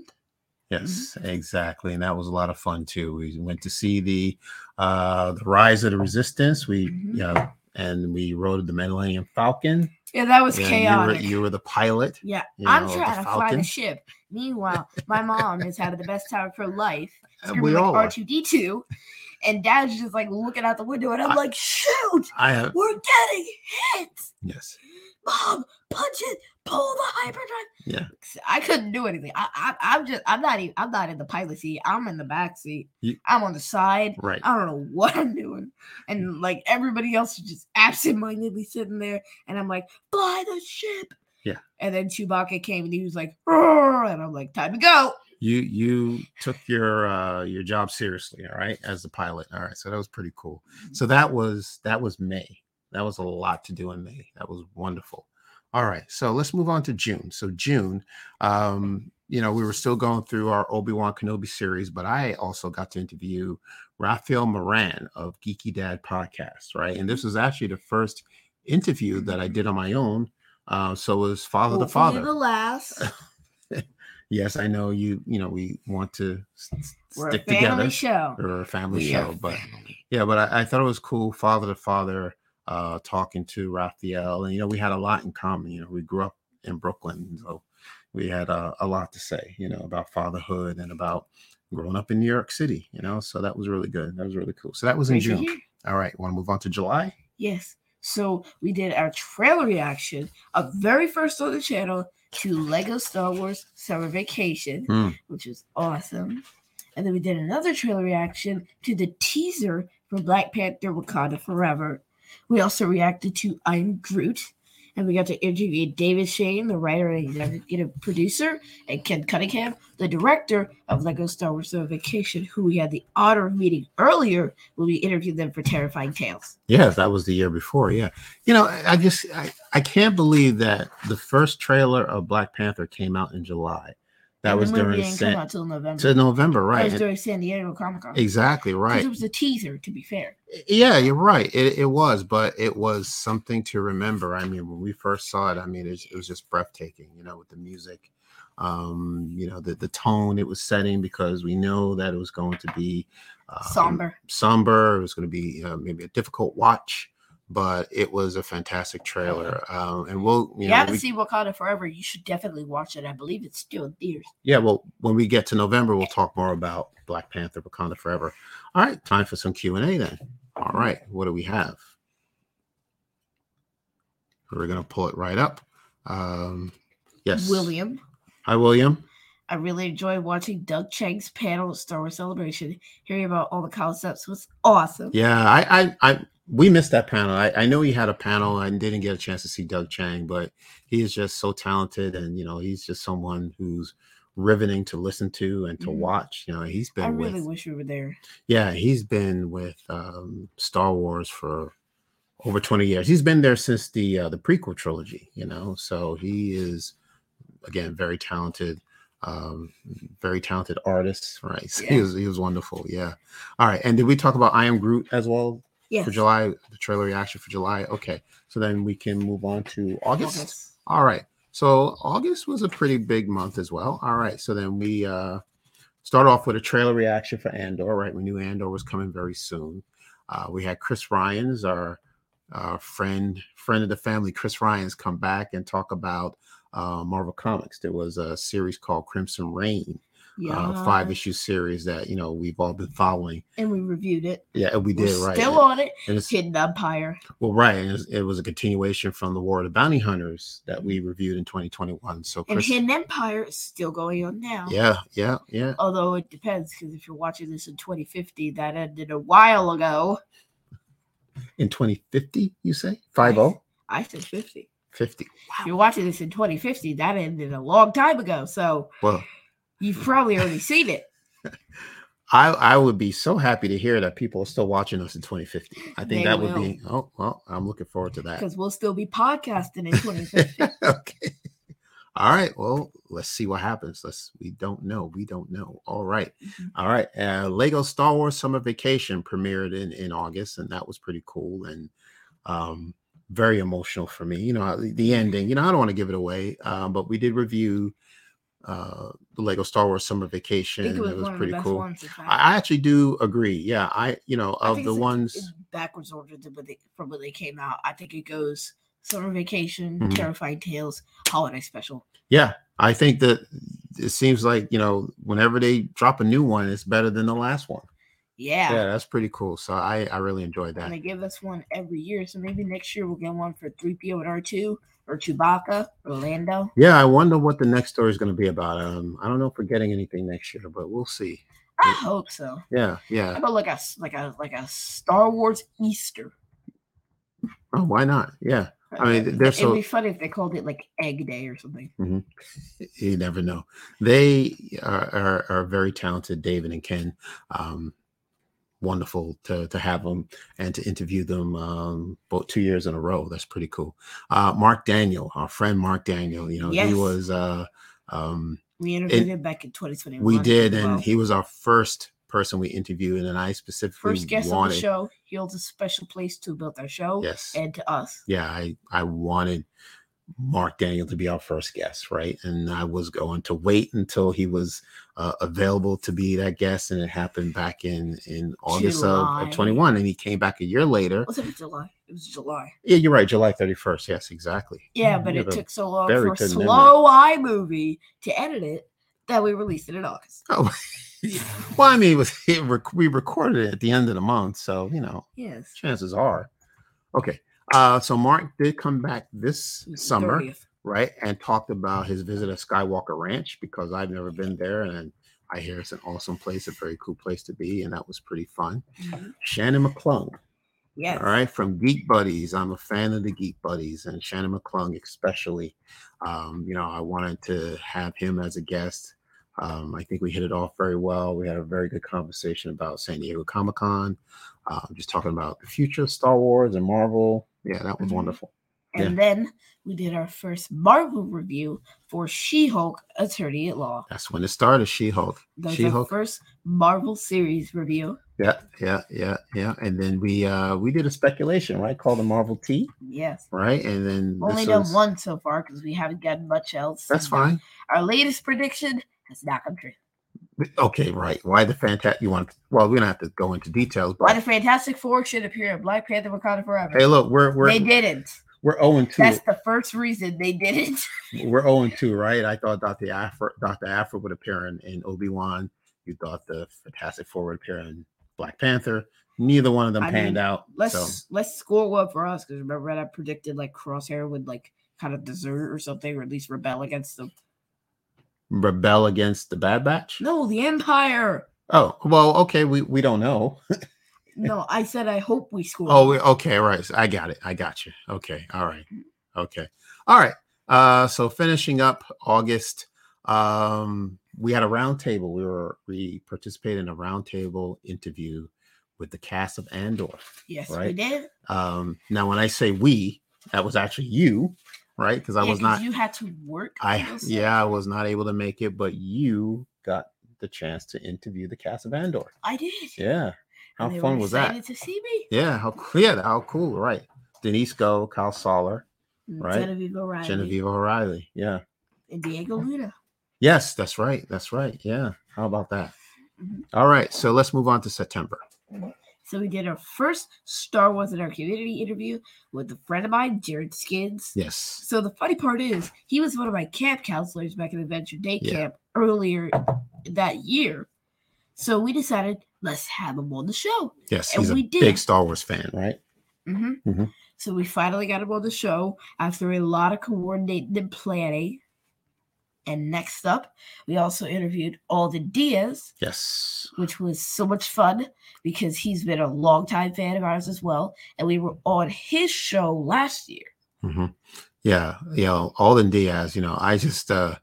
Speaker 1: yes, yes, exactly. And that was a lot of fun too. We went to see the uh the rise of the resistance. We
Speaker 2: Mhm.
Speaker 1: you know, and we rode the Millennium Falcon.
Speaker 2: Yeah, that was
Speaker 1: and
Speaker 2: chaotic.
Speaker 1: You were, you were the pilot.
Speaker 2: yeah,
Speaker 1: you
Speaker 2: I'm
Speaker 1: know, the
Speaker 2: trying to fly
Speaker 1: Falcon.
Speaker 2: the ship. Meanwhile, my mom is having the best time of her life.
Speaker 1: Uh,
Speaker 2: screaming
Speaker 1: We
Speaker 2: like
Speaker 1: all are.
Speaker 2: R2D2, and Dad's just like looking out the window, and I'm
Speaker 1: I-
Speaker 2: like, shoot,
Speaker 1: I have
Speaker 2: we're getting hit.
Speaker 1: yes.
Speaker 2: Mom, punch it, pull the hyperdrive.
Speaker 1: Yeah.
Speaker 2: I couldn't do anything. I, I, I'm just, I'm not even, I'm not in the pilot seat. I'm in the back seat.
Speaker 1: You-
Speaker 2: I'm on the side.
Speaker 1: Right. Mm.
Speaker 2: I don't know what I'm doing. And like everybody else is just absentmindedly sitting there. And I'm like, fly the ship.
Speaker 1: Yeah.
Speaker 2: And then Chewbacca came and he was like, "Roar," and I'm like, time to go.
Speaker 1: you you took your uh your job seriously all right as the pilot all right so that was pretty cool so that was that was may that was a lot to do in may that was wonderful all right so let's move on to june so june um you know we were still going through our obi-wan kenobi series but i also got to interview raphael moran of geeky dad podcast right and this was actually the first interview that i did on my own uh, so it was father to
Speaker 2: Hopefully
Speaker 1: father
Speaker 2: The last.
Speaker 1: yes, I know you. You know, we want to s- s-
Speaker 2: We're
Speaker 1: stick
Speaker 2: a family
Speaker 1: together
Speaker 2: show.
Speaker 1: or a family
Speaker 2: We are
Speaker 1: show, but
Speaker 2: family.
Speaker 1: yeah, but I, I thought it was cool, father to father, uh, talking to Raphael, and you know, we had a lot in common. You know, we grew up in Brooklyn, so we had uh, a lot to say. You know, about fatherhood and about growing up in New York City. You know, so that was really good. That was really cool. So that was in
Speaker 2: Great to
Speaker 1: June.
Speaker 2: hear.
Speaker 1: All right, want to move on to July?
Speaker 2: Yes. So we did our trailer reaction of very first on the channel to Lego Star Wars Summer Vacation,
Speaker 1: Mm.
Speaker 2: which was awesome. And then we did another trailer reaction to the teaser for Black Panther Wakanda Forever. We also reacted to I'm Groot. And we got to interview David Shane, the writer and executive producer, and Ken Cunningham, the director of Lego Star Wars Summer Vacation, who we had the honor of meeting earlier when we interviewed them for Terrifying Tales.
Speaker 1: Yeah, that was the year before. Yeah, you know, I I just I, I can't believe that the first trailer of Black Panther came out in July. That
Speaker 2: And the
Speaker 1: was
Speaker 2: movie
Speaker 1: during
Speaker 2: didn't come
Speaker 1: San,
Speaker 2: out till November.
Speaker 1: to November,
Speaker 2: That
Speaker 1: right?
Speaker 2: was during San Diego Comic Con.
Speaker 1: exactly right.
Speaker 2: It was a teaser, to be fair.
Speaker 1: Yeah, you're right. It, it was, but it was something to remember. I mean, when we first saw it, I mean, it, it was just breathtaking. You know, with the music, um, you know, the the tone it was setting because we know that it was going to be um,
Speaker 2: Somber.
Speaker 1: somber. It was going to be uh, maybe a difficult watch, but it was a fantastic trailer. Um, and we'll, you
Speaker 2: You,
Speaker 1: know,
Speaker 2: haven't
Speaker 1: we-
Speaker 2: seen Wakanda Forever. You should definitely watch it. I believe it's still in theaters.
Speaker 1: yeah, well, when we get to November, we'll talk more about Black Panther, Wakanda Forever. All right, time for some Q and A then. All right, what do we have? We're gonna pull it right up. Um, yes,
Speaker 2: William,
Speaker 1: Hi, William.
Speaker 2: I really enjoyed watching Doug Chang's panel at Star Wars Celebration. Hearing about all the concepts was awesome.
Speaker 1: Yeah, I, I, I, we missed that panel. I, I know he had a panel and didn't get a chance to see Doug Chang, but he is just so talented, and you know, he's just someone who's riveting to listen to and to
Speaker 2: Mhm.
Speaker 1: watch. You know, he's been
Speaker 2: I
Speaker 1: with
Speaker 2: really wish we were there.
Speaker 1: Yeah, he's been with um, Star Wars for over 20 years. He's been there since the uh, the prequel trilogy, you know. So he is again very talented, um, very talented artist, right? So he
Speaker 2: Yeah.
Speaker 1: was he was wonderful. Yeah. All right. And did we talk about I Am Groot as well
Speaker 2: Yes.
Speaker 1: for July, the trailer reaction for July. Okay. So then we can move on to August.
Speaker 2: August.
Speaker 1: All right. So August was a pretty big month as well. All right. So then we uh start off with a trailer reaction for Andor, right? We knew Andor was coming very soon. Uh we had Chris Ryan's our uh friend friend of the family, Chris Ryan's come back and talk about uh Marvel Comics. There was a series called Crimson Rain,
Speaker 2: Yeah.
Speaker 1: uh five issue series that you know we've all been following.
Speaker 2: And we reviewed it.
Speaker 1: Yeah, we did,
Speaker 2: We're
Speaker 1: right.
Speaker 2: Still on it.
Speaker 1: and it's,
Speaker 2: Hidden Empire.
Speaker 1: well, right. and It was, it was a continuation from the War of the Bounty Hunters that we reviewed in 2021. So
Speaker 2: And
Speaker 1: Chris
Speaker 2: Hidden Empire is still going on now.
Speaker 1: Yeah, yeah, yeah.
Speaker 2: Although it depends, because if you're watching this in 2050, that ended a while ago.
Speaker 1: In 2050, you say? oh? 50?
Speaker 2: I said 50.
Speaker 1: 50.
Speaker 2: If you're watching this in 2050, that ended a long time ago. So
Speaker 1: Well,
Speaker 2: you've probably already seen it.
Speaker 1: I I would be so happy to hear that people are still watching us in 2050. I think
Speaker 2: They
Speaker 1: that would be oh well, I'm looking forward to that.
Speaker 2: because we'll still be podcasting in 2050.
Speaker 1: okay. All right. Well, let's see what happens. Let's we don't know. We don't know. All right.
Speaker 2: Mhm.
Speaker 1: All right. Uh Lego Star Wars Summer Vacation premiered in in August and that was pretty cool and um very emotional for me. You know, I-
Speaker 2: Mm-hmm.
Speaker 1: the ending. You know, I don't want to give it away, um but we did review uh the Lego Star Wars Summer
Speaker 2: I
Speaker 1: Vacation
Speaker 2: think
Speaker 1: and
Speaker 2: it was,
Speaker 1: it was
Speaker 2: one of the
Speaker 1: pretty
Speaker 2: best
Speaker 1: cool.
Speaker 2: ones. in fact.
Speaker 1: I I actually do agree. Yeah, I you know,
Speaker 2: I
Speaker 1: of
Speaker 2: think
Speaker 1: the
Speaker 2: it's like-
Speaker 1: ones
Speaker 2: it's backwards ordered to when they, from when they came out. I think it goes Summer Vacation,
Speaker 1: Mhm.
Speaker 2: Terrifying Tales, Holiday Special.
Speaker 1: Yeah, I think that it seems like you know whenever they drop a new one, it's better than the last one.
Speaker 2: Yeah.
Speaker 1: Yeah, that's pretty cool. So I I really enjoyed
Speaker 2: And
Speaker 1: that.
Speaker 2: they give us one every year. So maybe next year we'll get one for 3PO and R2 or Chewbacca or Lando.
Speaker 1: Yeah, I wonder what the next story is going to be about. Um, I don't know if we're getting anything next year, but we'll see.
Speaker 2: I
Speaker 1: Yeah.
Speaker 2: hope so.
Speaker 1: Yeah,
Speaker 2: How
Speaker 1: yeah.
Speaker 2: about like a s- like a like a Star Wars Easter?
Speaker 1: Oh, why not? Yeah, I mean,
Speaker 2: Like,
Speaker 1: they're
Speaker 2: it'd
Speaker 1: so-
Speaker 2: be funny if they called it like Egg Day or something.
Speaker 1: you never know. They are are, are very talented, David and Ken. Um, wonderful to to have them and to interview them um both two years in a row that's pretty cool uh mark daniel our friend mark daniel you know he
Speaker 2: Yes.
Speaker 1: was uh um
Speaker 2: We interviewed him back in 2021.
Speaker 1: we did
Speaker 2: as
Speaker 1: and
Speaker 2: well.
Speaker 1: he was our first person we interviewed and i specifically
Speaker 2: first guest on
Speaker 1: wanted
Speaker 2: the show. He holds a special place to both our show
Speaker 1: yes
Speaker 2: and to us.
Speaker 1: yeah i i wanted mark daniel to be our first guest right and i was going to wait until he was uh, available to be that guest and it happened back in in august of,
Speaker 2: July.
Speaker 1: of 21 and he came back a year later
Speaker 2: Was it July? It was July.
Speaker 1: yeah you're right july 31st yes exactly
Speaker 2: Yeah,
Speaker 1: You
Speaker 2: but
Speaker 1: have
Speaker 2: it
Speaker 1: a-
Speaker 2: took so long
Speaker 1: very
Speaker 2: for
Speaker 1: good memory.
Speaker 2: slow eye movie to edit it that we released it in August.
Speaker 1: well i mean it was it rec- we recorded it at the end of the month so you know
Speaker 2: Yes.
Speaker 1: chances are okay uh so mark did come back this
Speaker 2: it was the
Speaker 1: summer
Speaker 2: 30th.
Speaker 1: right? And talked about his visit at Skywalker Ranch because I've never been there and I hear it's an awesome place, a very cool place to be, and that was pretty fun.
Speaker 2: Mhm.
Speaker 1: Shannon McClung,
Speaker 2: Yes.
Speaker 1: all right, from Geek Buddies. I'm a fan of the Geek Buddies and Shannon McClung, especially. Um, you know, I wanted to have him as a guest. Um, I think we hit it off very well. We had a very good conversation about San Diego Comic Con, uh, just talking about the future of Star Wars and Marvel. Yeah, that was
Speaker 2: Mhm.
Speaker 1: wonderful.
Speaker 2: And then we did our first Marvel review for She Hulk Attorney at Law.
Speaker 1: That's when it started, She Hulk.
Speaker 2: That's our
Speaker 1: She-Hulk.
Speaker 2: first Marvel series review.
Speaker 1: Yeah, yeah, yeah, yeah. And then we uh we did a speculation, right? Called the Marvel T,
Speaker 2: Yes.
Speaker 1: right? And then
Speaker 2: We've only
Speaker 1: Mm, this
Speaker 2: done
Speaker 1: was-
Speaker 2: one so far because we haven't gotten much else.
Speaker 1: That's
Speaker 2: And uh,
Speaker 1: fine.
Speaker 2: Our latest prediction has not come true.
Speaker 1: Okay, right. Why the fantastic? You want? Well, we don't have to go into details,
Speaker 2: Why
Speaker 1: but
Speaker 2: the Fantastic Four should appear in Black Panther Wakanda Forever.
Speaker 1: hey, look, we're we're
Speaker 2: they didn't.
Speaker 1: we're zero and two.
Speaker 2: That's the first reason they didn't.
Speaker 1: We're zero and two, right? I thought Doctor Afro Doctor Afro would appear in, in Obi Wan. You thought the Fantastic Four would appear in Black Panther. Neither one of them
Speaker 2: I
Speaker 1: panned
Speaker 2: mean,
Speaker 1: out.
Speaker 2: Let's
Speaker 1: so
Speaker 2: let's score one for us because remember I predicted like Crosshair would like kind of desert or something, or at least rebel against them.
Speaker 1: rebel against the Bad Batch.
Speaker 2: No, the Empire.
Speaker 1: Oh well, okay. We we don't know.
Speaker 2: No, I said I hope we score.
Speaker 1: Oh, we- okay, right. So I got it. I got you. Okay, all right. Okay, all right. Uh, so finishing up August, um, we had a roundtable. We were we participated in a roundtable interview with the cast of Andor.
Speaker 2: yes, we
Speaker 1: right.
Speaker 2: did.
Speaker 1: Um, now, when I say we, that was actually you, right? Because I
Speaker 2: Yeah,
Speaker 1: was
Speaker 2: 'cause
Speaker 1: not.
Speaker 2: You had to work.
Speaker 1: I
Speaker 2: those-
Speaker 1: yeah, I was not able to make it, but you got the chance to interview the cast of Andor.
Speaker 2: I did.
Speaker 1: Yeah, How
Speaker 2: they
Speaker 1: fun
Speaker 2: were
Speaker 1: was that?
Speaker 2: excited To see me,
Speaker 1: Yeah, how cool. Yeah, how cool. Right. Denise Go, Kyle Soller,
Speaker 2: And
Speaker 1: Right.
Speaker 2: Genevieve O'Reilly,
Speaker 1: Genevieve O'Reilly. Yeah.
Speaker 2: and Diego Luna.
Speaker 1: Yes, that's right. That's right. Yeah. How about that?
Speaker 2: Mhm.
Speaker 1: All right. So let's move on to September.
Speaker 2: So we did our first Star Wars in our community interview with a friend of mine, Jared Skins.
Speaker 1: Yes.
Speaker 2: So the funny part is, he was one of my camp counselors back in Adventure Day
Speaker 1: Yeah.
Speaker 2: Camp earlier that year. So we decided let's have him on the show.
Speaker 1: Yes.
Speaker 2: And
Speaker 1: He's a
Speaker 2: we did.
Speaker 1: big Star Wars fan, right?
Speaker 2: hmm
Speaker 1: Mhm.
Speaker 2: So we finally got him on the show after a lot of coordinating and planning. And next up, we also interviewed Alden Diaz,
Speaker 1: Yes.
Speaker 2: which was so much fun because he's been a longtime fan of ours as well. And we were on his show last year.
Speaker 1: hmm Yeah, you know, Alden Diaz, you know, I just uh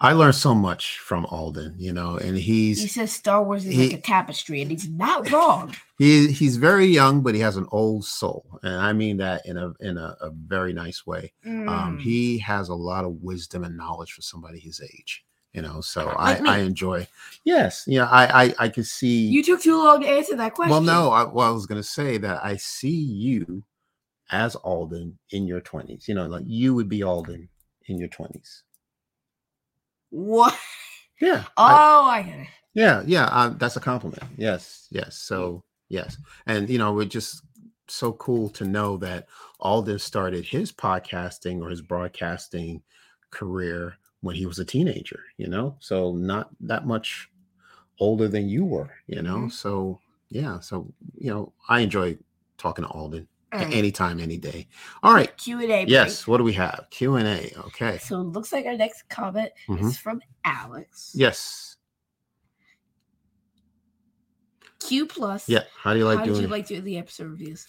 Speaker 1: I learned so much from Alden, you know, and
Speaker 2: He
Speaker 1: he's
Speaker 2: says Star Wars is
Speaker 1: he-
Speaker 2: like a tapestry, and he's not wrong.
Speaker 1: he he's very young, but he has an old soul. And I mean that in a in a, a very nice way. Um
Speaker 2: Mm.
Speaker 1: he has a lot of wisdom and knowledge for somebody his age, you know. So
Speaker 2: Like me.
Speaker 1: I, I enjoy yes, you know, I I, I could see
Speaker 2: You took too long to answer that question.
Speaker 1: well no, I well I was gonna say that I see you as Alden in your twenties, you know, like you would be Alden in your twenties.
Speaker 2: What?
Speaker 1: Yeah.
Speaker 2: Oh,
Speaker 1: I-
Speaker 2: I get it.
Speaker 1: Yeah, yeah, uh, that's a compliment. Yes, yes.
Speaker 2: Mm.
Speaker 1: So yes, and you know, we're just so cool to know that Alden started his podcasting or his broadcasting career when he was a teenager. You know, so not that much older than you were. You know,
Speaker 2: Mhm.
Speaker 1: so yeah, so you know, I enjoy talking to Alden a-
Speaker 2: Mm.
Speaker 1: anytime, any day. All right.
Speaker 2: Q and A.
Speaker 1: Yes. What do we have? Q and A. Okay.
Speaker 2: So it looks like our next comment
Speaker 1: Mhm.
Speaker 2: is from Alex.
Speaker 1: Yes.
Speaker 2: Q plus.
Speaker 1: Yeah. How do you like
Speaker 2: How did
Speaker 1: doing?
Speaker 2: you
Speaker 1: it?
Speaker 2: like doing the episode reviews?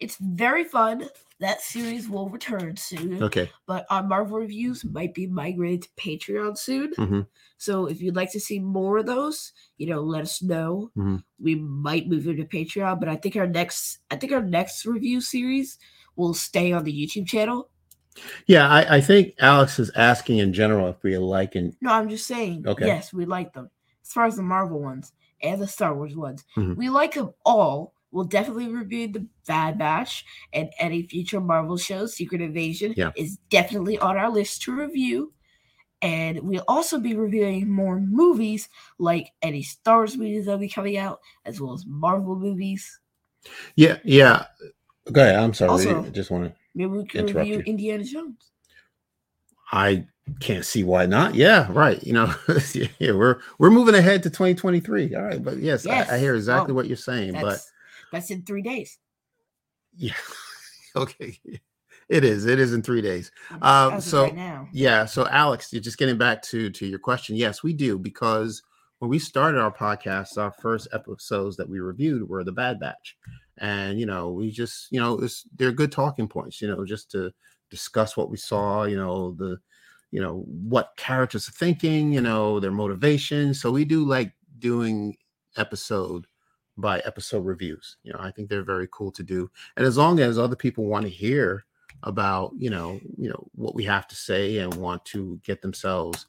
Speaker 2: It's very fun. That series will return soon,
Speaker 1: okay.
Speaker 2: but our Marvel reviews might be migrated to Patreon soon.
Speaker 1: Mhm.
Speaker 2: So if you'd like to see more of those, you know, let us know.
Speaker 1: Mhm.
Speaker 2: We might move into Patreon, but I think our next, I think our next review series will stay on the YouTube channel.
Speaker 1: Yeah, I, I think Alex is asking in general if we like and
Speaker 2: No, I'm just saying.
Speaker 1: Okay.
Speaker 2: Yes, we like them. As far as the Marvel ones and the Star Wars ones,
Speaker 1: Mhm.
Speaker 2: we like them all. We'll definitely review the Bad Batch and any future Marvel shows. Secret Invasion
Speaker 1: Yeah.
Speaker 2: is definitely on our list to review. And we'll also be reviewing more movies like any Star Wars movies that'll be coming out, as well as Marvel movies.
Speaker 1: yeah, yeah. Go ahead. I'm sorry.
Speaker 2: Also-
Speaker 1: I just want to.
Speaker 2: Maybe we can
Speaker 1: Interrupt
Speaker 2: review
Speaker 1: you.
Speaker 2: Indiana Jones.
Speaker 1: I can't see why not. Yeah, right. You know, yeah, we're we're moving ahead to 2023. All right, but yes, I, I hear
Speaker 2: Yes.
Speaker 1: exactly
Speaker 2: Well,
Speaker 1: what you're saying.
Speaker 2: That's
Speaker 1: But
Speaker 2: that's in three days.
Speaker 1: yeah, okay, it is. It is in three days.
Speaker 2: Um,
Speaker 1: Um,
Speaker 2: as of
Speaker 1: so-
Speaker 2: right now.
Speaker 1: Yeah. So Alex, you're just getting back to to your question. Yes, we do because when we started our podcast, our first episodes that we reviewed were the Bad Batch, and you know we just you know it's, they're good talking points. You know, just to discuss what we saw. You know the you know what characters are thinking. You know their motivation. So we do like doing episode by episode reviews. You know, I think they're very cool to do, and as long as other people want to hear about you know you know what we have to say and want to get themselves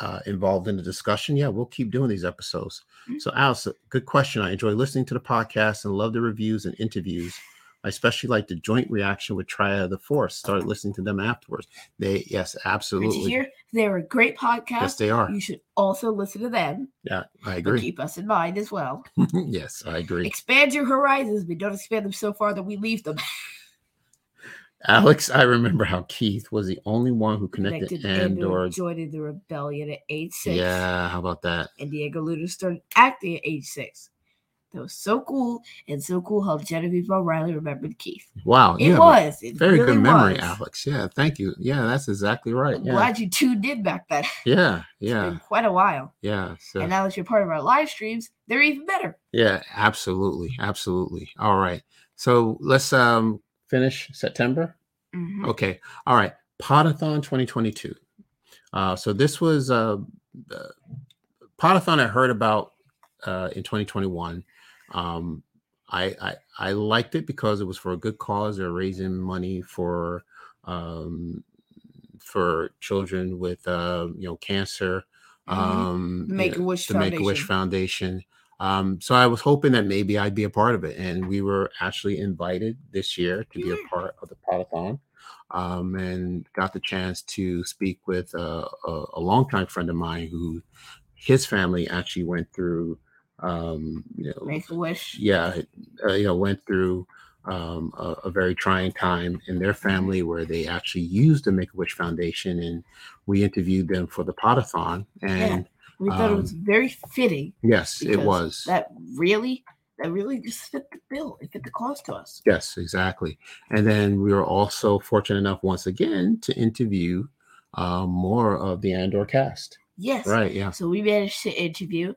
Speaker 1: uh, involved in the discussion yeah we'll keep doing these episodes
Speaker 2: Mhm.
Speaker 1: so alice good question i enjoy listening to the podcast and love the reviews and interviews i especially like the joint reaction with triad of the force started listening to them afterwards they yes
Speaker 2: Good to
Speaker 1: absolutely
Speaker 2: hear. They're a great podcast.
Speaker 1: yes they are
Speaker 2: You should also listen to them,
Speaker 1: yeah i
Speaker 2: but
Speaker 1: agree
Speaker 2: keep us in mind as well.
Speaker 1: yes i agree
Speaker 2: Expand your horizons, but don't expand them so far that we leave them.
Speaker 1: alex i remember how keith was the only one who connected,
Speaker 2: Connected
Speaker 1: andor,
Speaker 2: Andor joining the rebellion at age six,
Speaker 1: yeah how about that
Speaker 2: and Diego Luna started acting at age six. That was so cool, and so cool how Genevieve O'Reilly remembered Keith.
Speaker 1: wow
Speaker 2: It
Speaker 1: yeah
Speaker 2: was it
Speaker 1: Very
Speaker 2: really
Speaker 1: good memory,
Speaker 2: was.
Speaker 1: Alex. Yeah, thank you. Yeah, that's exactly right.
Speaker 2: I'm
Speaker 1: Yeah,
Speaker 2: glad you tuned in back then. It's
Speaker 1: yeah, yeah,
Speaker 2: been quite a while,
Speaker 1: yeah. So,
Speaker 2: and now that you're part of our live streams, they're even better.
Speaker 1: yeah, absolutely, absolutely. All right. So let's um finish September.
Speaker 2: Mhm.
Speaker 1: Okay. All right. Potathon 2022. Uh, so this was uh, uh, Potathon I heard about uh, in 2021. Um, I, I I liked it because it was for a good cause. They're raising money for um, for children with uh, you know cancer.
Speaker 2: Mhm.
Speaker 1: Um,
Speaker 2: The
Speaker 1: you
Speaker 2: Make
Speaker 1: know,
Speaker 2: a Wish
Speaker 1: the Make a Wish
Speaker 2: Foundation.
Speaker 1: Foundation. Um, so I was hoping that maybe I'd be a part of it, and we were actually invited this year to be a part of the Potathon, um, and got the chance to speak with a, a, a longtime friend of mine who his family actually went through, um, you know,
Speaker 2: Make a wish.
Speaker 1: yeah, uh, you know, went through um, a, a very trying time in
Speaker 2: Mm-hmm.
Speaker 1: their family where they actually used the Make a Wish Foundation, and we interviewed them for the Potathon, and
Speaker 2: We thought it
Speaker 1: Um,
Speaker 2: was very fitting.
Speaker 1: yes, it
Speaker 2: Because
Speaker 1: was.
Speaker 2: That really, that really just fit the bill. It fit the cost to us.
Speaker 1: Yes, exactly. And then we were also fortunate enough once again to interview uh, more of the Andor cast.
Speaker 2: Yes.
Speaker 1: Right. Yeah.
Speaker 2: So we managed to interview.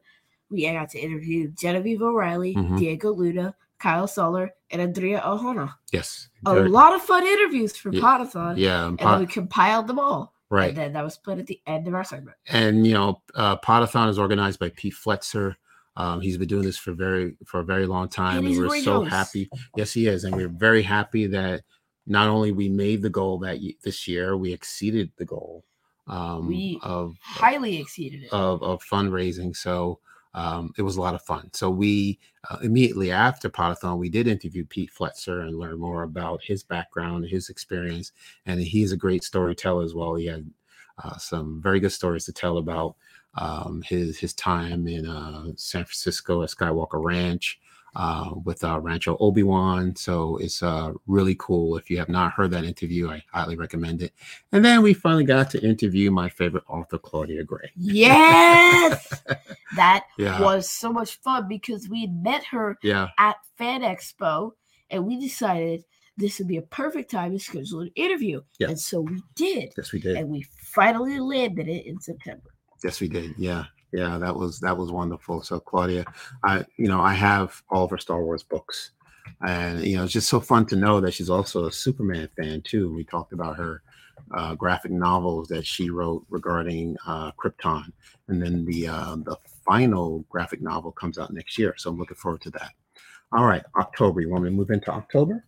Speaker 2: We got to interview Genevieve O'Reilly,
Speaker 1: Mhm.
Speaker 2: Diego Luna, Kyle Soller, and Andrea Ohana.
Speaker 1: Yes.
Speaker 2: A
Speaker 1: Very-
Speaker 2: lot of fun interviews for
Speaker 1: Yeah.
Speaker 2: Potathon.
Speaker 1: yeah. and
Speaker 2: And then
Speaker 1: Pot-
Speaker 2: we compiled them all.
Speaker 1: right.
Speaker 2: And then that was put at the end of our segment.
Speaker 1: and you know uh, potathon is organized by pete fletzer um, he's been doing this for very for a very long time
Speaker 2: he's a
Speaker 1: we're
Speaker 2: great
Speaker 1: so
Speaker 2: host.
Speaker 1: happy yes he is and we're very happy that not only we made the goal that y- this year we exceeded the goal um,
Speaker 2: We-
Speaker 1: of
Speaker 2: Highly exceeded it.
Speaker 1: of, of fundraising. So um, it was a lot of fun. So we uh, immediately after Potathon, we did interview Pete Fletzer and learn more about his background, his experience, and he's a great storyteller as well. He had uh, some very good stories to tell about um, his his time in uh, San Francisco at Skywalker Ranch. Uh, with uh, Rancho Obi Wan, so it's uh, really cool. If you have not heard that interview, I highly recommend it. And then we finally got to interview my favorite author, Claudia Gray.
Speaker 2: Yes. that
Speaker 1: Yeah.
Speaker 2: was so much fun because we had met her
Speaker 1: Yeah.
Speaker 2: at Fan Expo and we decided this would be a perfect time to schedule an interview.
Speaker 1: Yeah.
Speaker 2: And so we did.
Speaker 1: Yes, we did.
Speaker 2: And we finally landed it in September.
Speaker 1: Yes, we did. Yeah. Yeah. That was that was wonderful. So Claudia, I you know I have all of her Star Wars books, and you know it's just so fun to know that she's also a Superman fan too. We talked about her uh, graphic novels that she wrote regarding uh, Krypton, and then the uh, the final graphic novel comes out next year. So I'm looking forward to that. All right, October. You want me to move into October?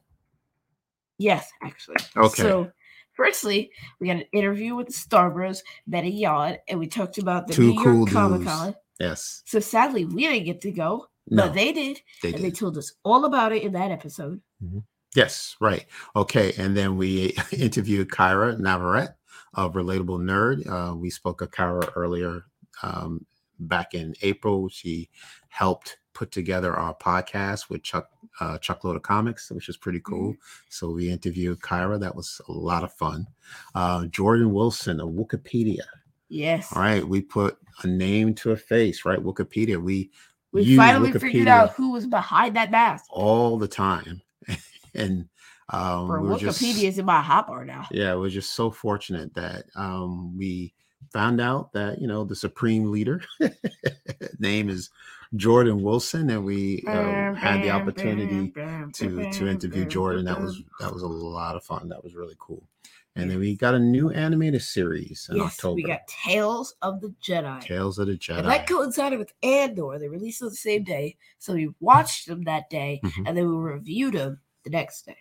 Speaker 2: Yes, actually.
Speaker 1: Okay.
Speaker 2: So, firstly, we got an interview with the Star Bros, Betty Yon, and we talked about the
Speaker 1: Two
Speaker 2: New
Speaker 1: cool
Speaker 2: York Comic
Speaker 1: dudes.
Speaker 2: Con.
Speaker 1: yes.
Speaker 2: So, sadly, we didn't get to go,
Speaker 1: No,
Speaker 2: but they did,
Speaker 1: they
Speaker 2: and
Speaker 1: did.
Speaker 2: they told us all about it in that episode.
Speaker 1: Yes, right. Okay. And then we interviewed Kyra Navarrete of Relatable Nerd. Uh, we spoke of Kyra earlier um, back in April. She helped put together our podcast with Chuck uh, Chuckload of Comics, which is pretty cool. So we interviewed Kyra. That was a lot of fun. Uh, Jordan Wilson of Wikipedia.
Speaker 2: Yes.
Speaker 1: All right. We put a name to a face, right? Wikipedia. We
Speaker 2: We
Speaker 1: use
Speaker 2: finally figured
Speaker 1: Wikipedia
Speaker 2: out who was behind that mask.
Speaker 1: all the time. and um,
Speaker 2: Bro,
Speaker 1: we were
Speaker 2: Wikipedia
Speaker 1: just-
Speaker 2: is in my hot bar now.
Speaker 1: yeah, we're just so fortunate that um, we found out that you know the supreme leader name is Jordan Wilson, and we uh, had the opportunity to to interview Jordan. That was that was a lot of fun. That was really cool. And then we got a new animated series in
Speaker 2: yes,
Speaker 1: October,
Speaker 2: we got Tales of the Jedi.
Speaker 1: Tales of the Jedi.
Speaker 2: And that coincided with Andor. They released on the same day. So we watched them that day
Speaker 1: Mhm.
Speaker 2: and then we reviewed them the next day.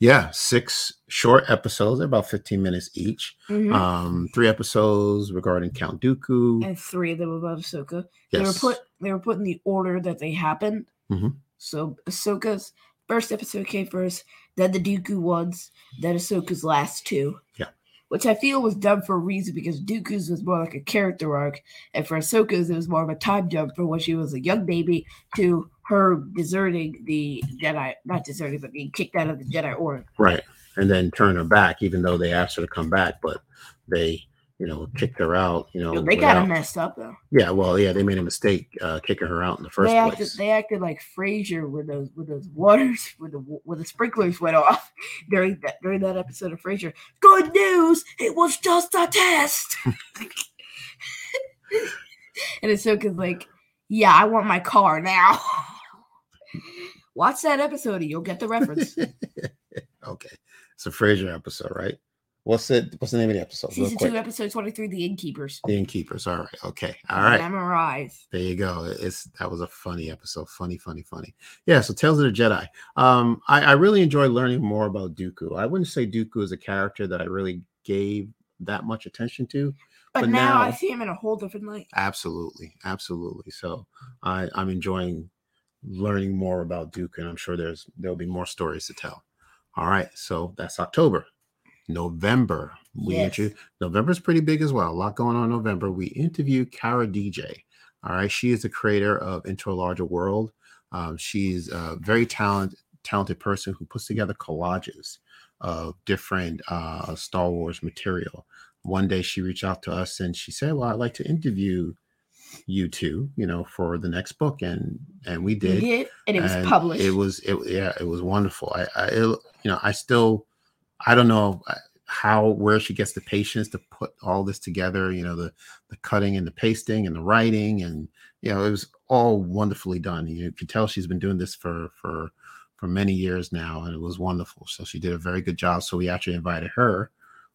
Speaker 1: yeah, six short episodes, they're about fifteen minutes each. Um, three episodes regarding Count Dooku.
Speaker 2: Mm-hmm. and three of them about Ahsoka. They were
Speaker 1: yes,
Speaker 2: put they were put in the order that they happened.
Speaker 1: Mhm.
Speaker 2: So Ahsoka's first episode came first, then the Dooku ones, then Ahsoka's last two.
Speaker 1: Yeah.
Speaker 2: Which I feel was done for a reason because Dooku's was more like a character arc, and for Ahsoka's it was more of a time jump from when she was a young baby to her deserting the Jedi, not deserting, but being kicked out of the Jedi Order.
Speaker 1: Right. And then turn her back, even though they asked her to come back, but they, you know, kicked her out. You know,
Speaker 2: they got
Speaker 1: without-
Speaker 2: him messed up though.
Speaker 1: Yeah, well, yeah, they made a mistake uh, kicking her out in the first
Speaker 2: they acted
Speaker 1: place.
Speaker 2: they acted like Frasier when those when those waters when the wa- when the sprinklers went off during that during that episode of Frasier. Good news, it was just a test. and it's so because like, yeah, I want my car now. Watch that episode and you'll get the reference.
Speaker 1: okay, it's a Frasier episode, right? What's it? What's the name of the episode? Real
Speaker 2: Season
Speaker 1: quick.
Speaker 2: two, episode twenty three, The Innkeepers.
Speaker 1: The innkeepers. All right. Okay. All right.
Speaker 2: Memorize.
Speaker 1: There you go. It's that was a funny episode. Funny, funny, funny. Yeah. So Tales of the Jedi. Um, I, I really enjoy learning more about Dooku. I wouldn't say Dooku is a character that I really gave that much attention to.
Speaker 2: But,
Speaker 1: But
Speaker 2: now, I
Speaker 1: now-
Speaker 2: see him in a whole different light.
Speaker 1: Absolutely, absolutely. So I, I'm enjoying learning more about Duke, and I'm sure there's there'll be more stories to tell. All right, so that's October. November, we
Speaker 2: Yes.
Speaker 1: inter- November's pretty big as well. A lot going on in November. We interview Kara DJ. All right, she is the creator of Into a Larger World. Um, she's a very talent, talented person who puts together collages of different uh, Star Wars material one day she reached out to us and she said, "Well, I'd like to interview you two, you know, for the next book." And and we
Speaker 2: He
Speaker 1: did.
Speaker 2: did, and it was
Speaker 1: and
Speaker 2: published.
Speaker 1: It was it yeah, it was wonderful. I I it, you know I still I don't know uh, how where she gets the patience to put all this together. You know the the cutting and the pasting and the writing and you know it was all wonderfully done. You could tell she's been doing this for for for many years now, and it was wonderful. So she did a very good job. So we actually invited her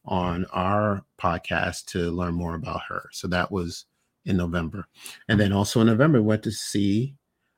Speaker 1: on our podcast to learn more about her. So that was in November, and then also in November we went to see.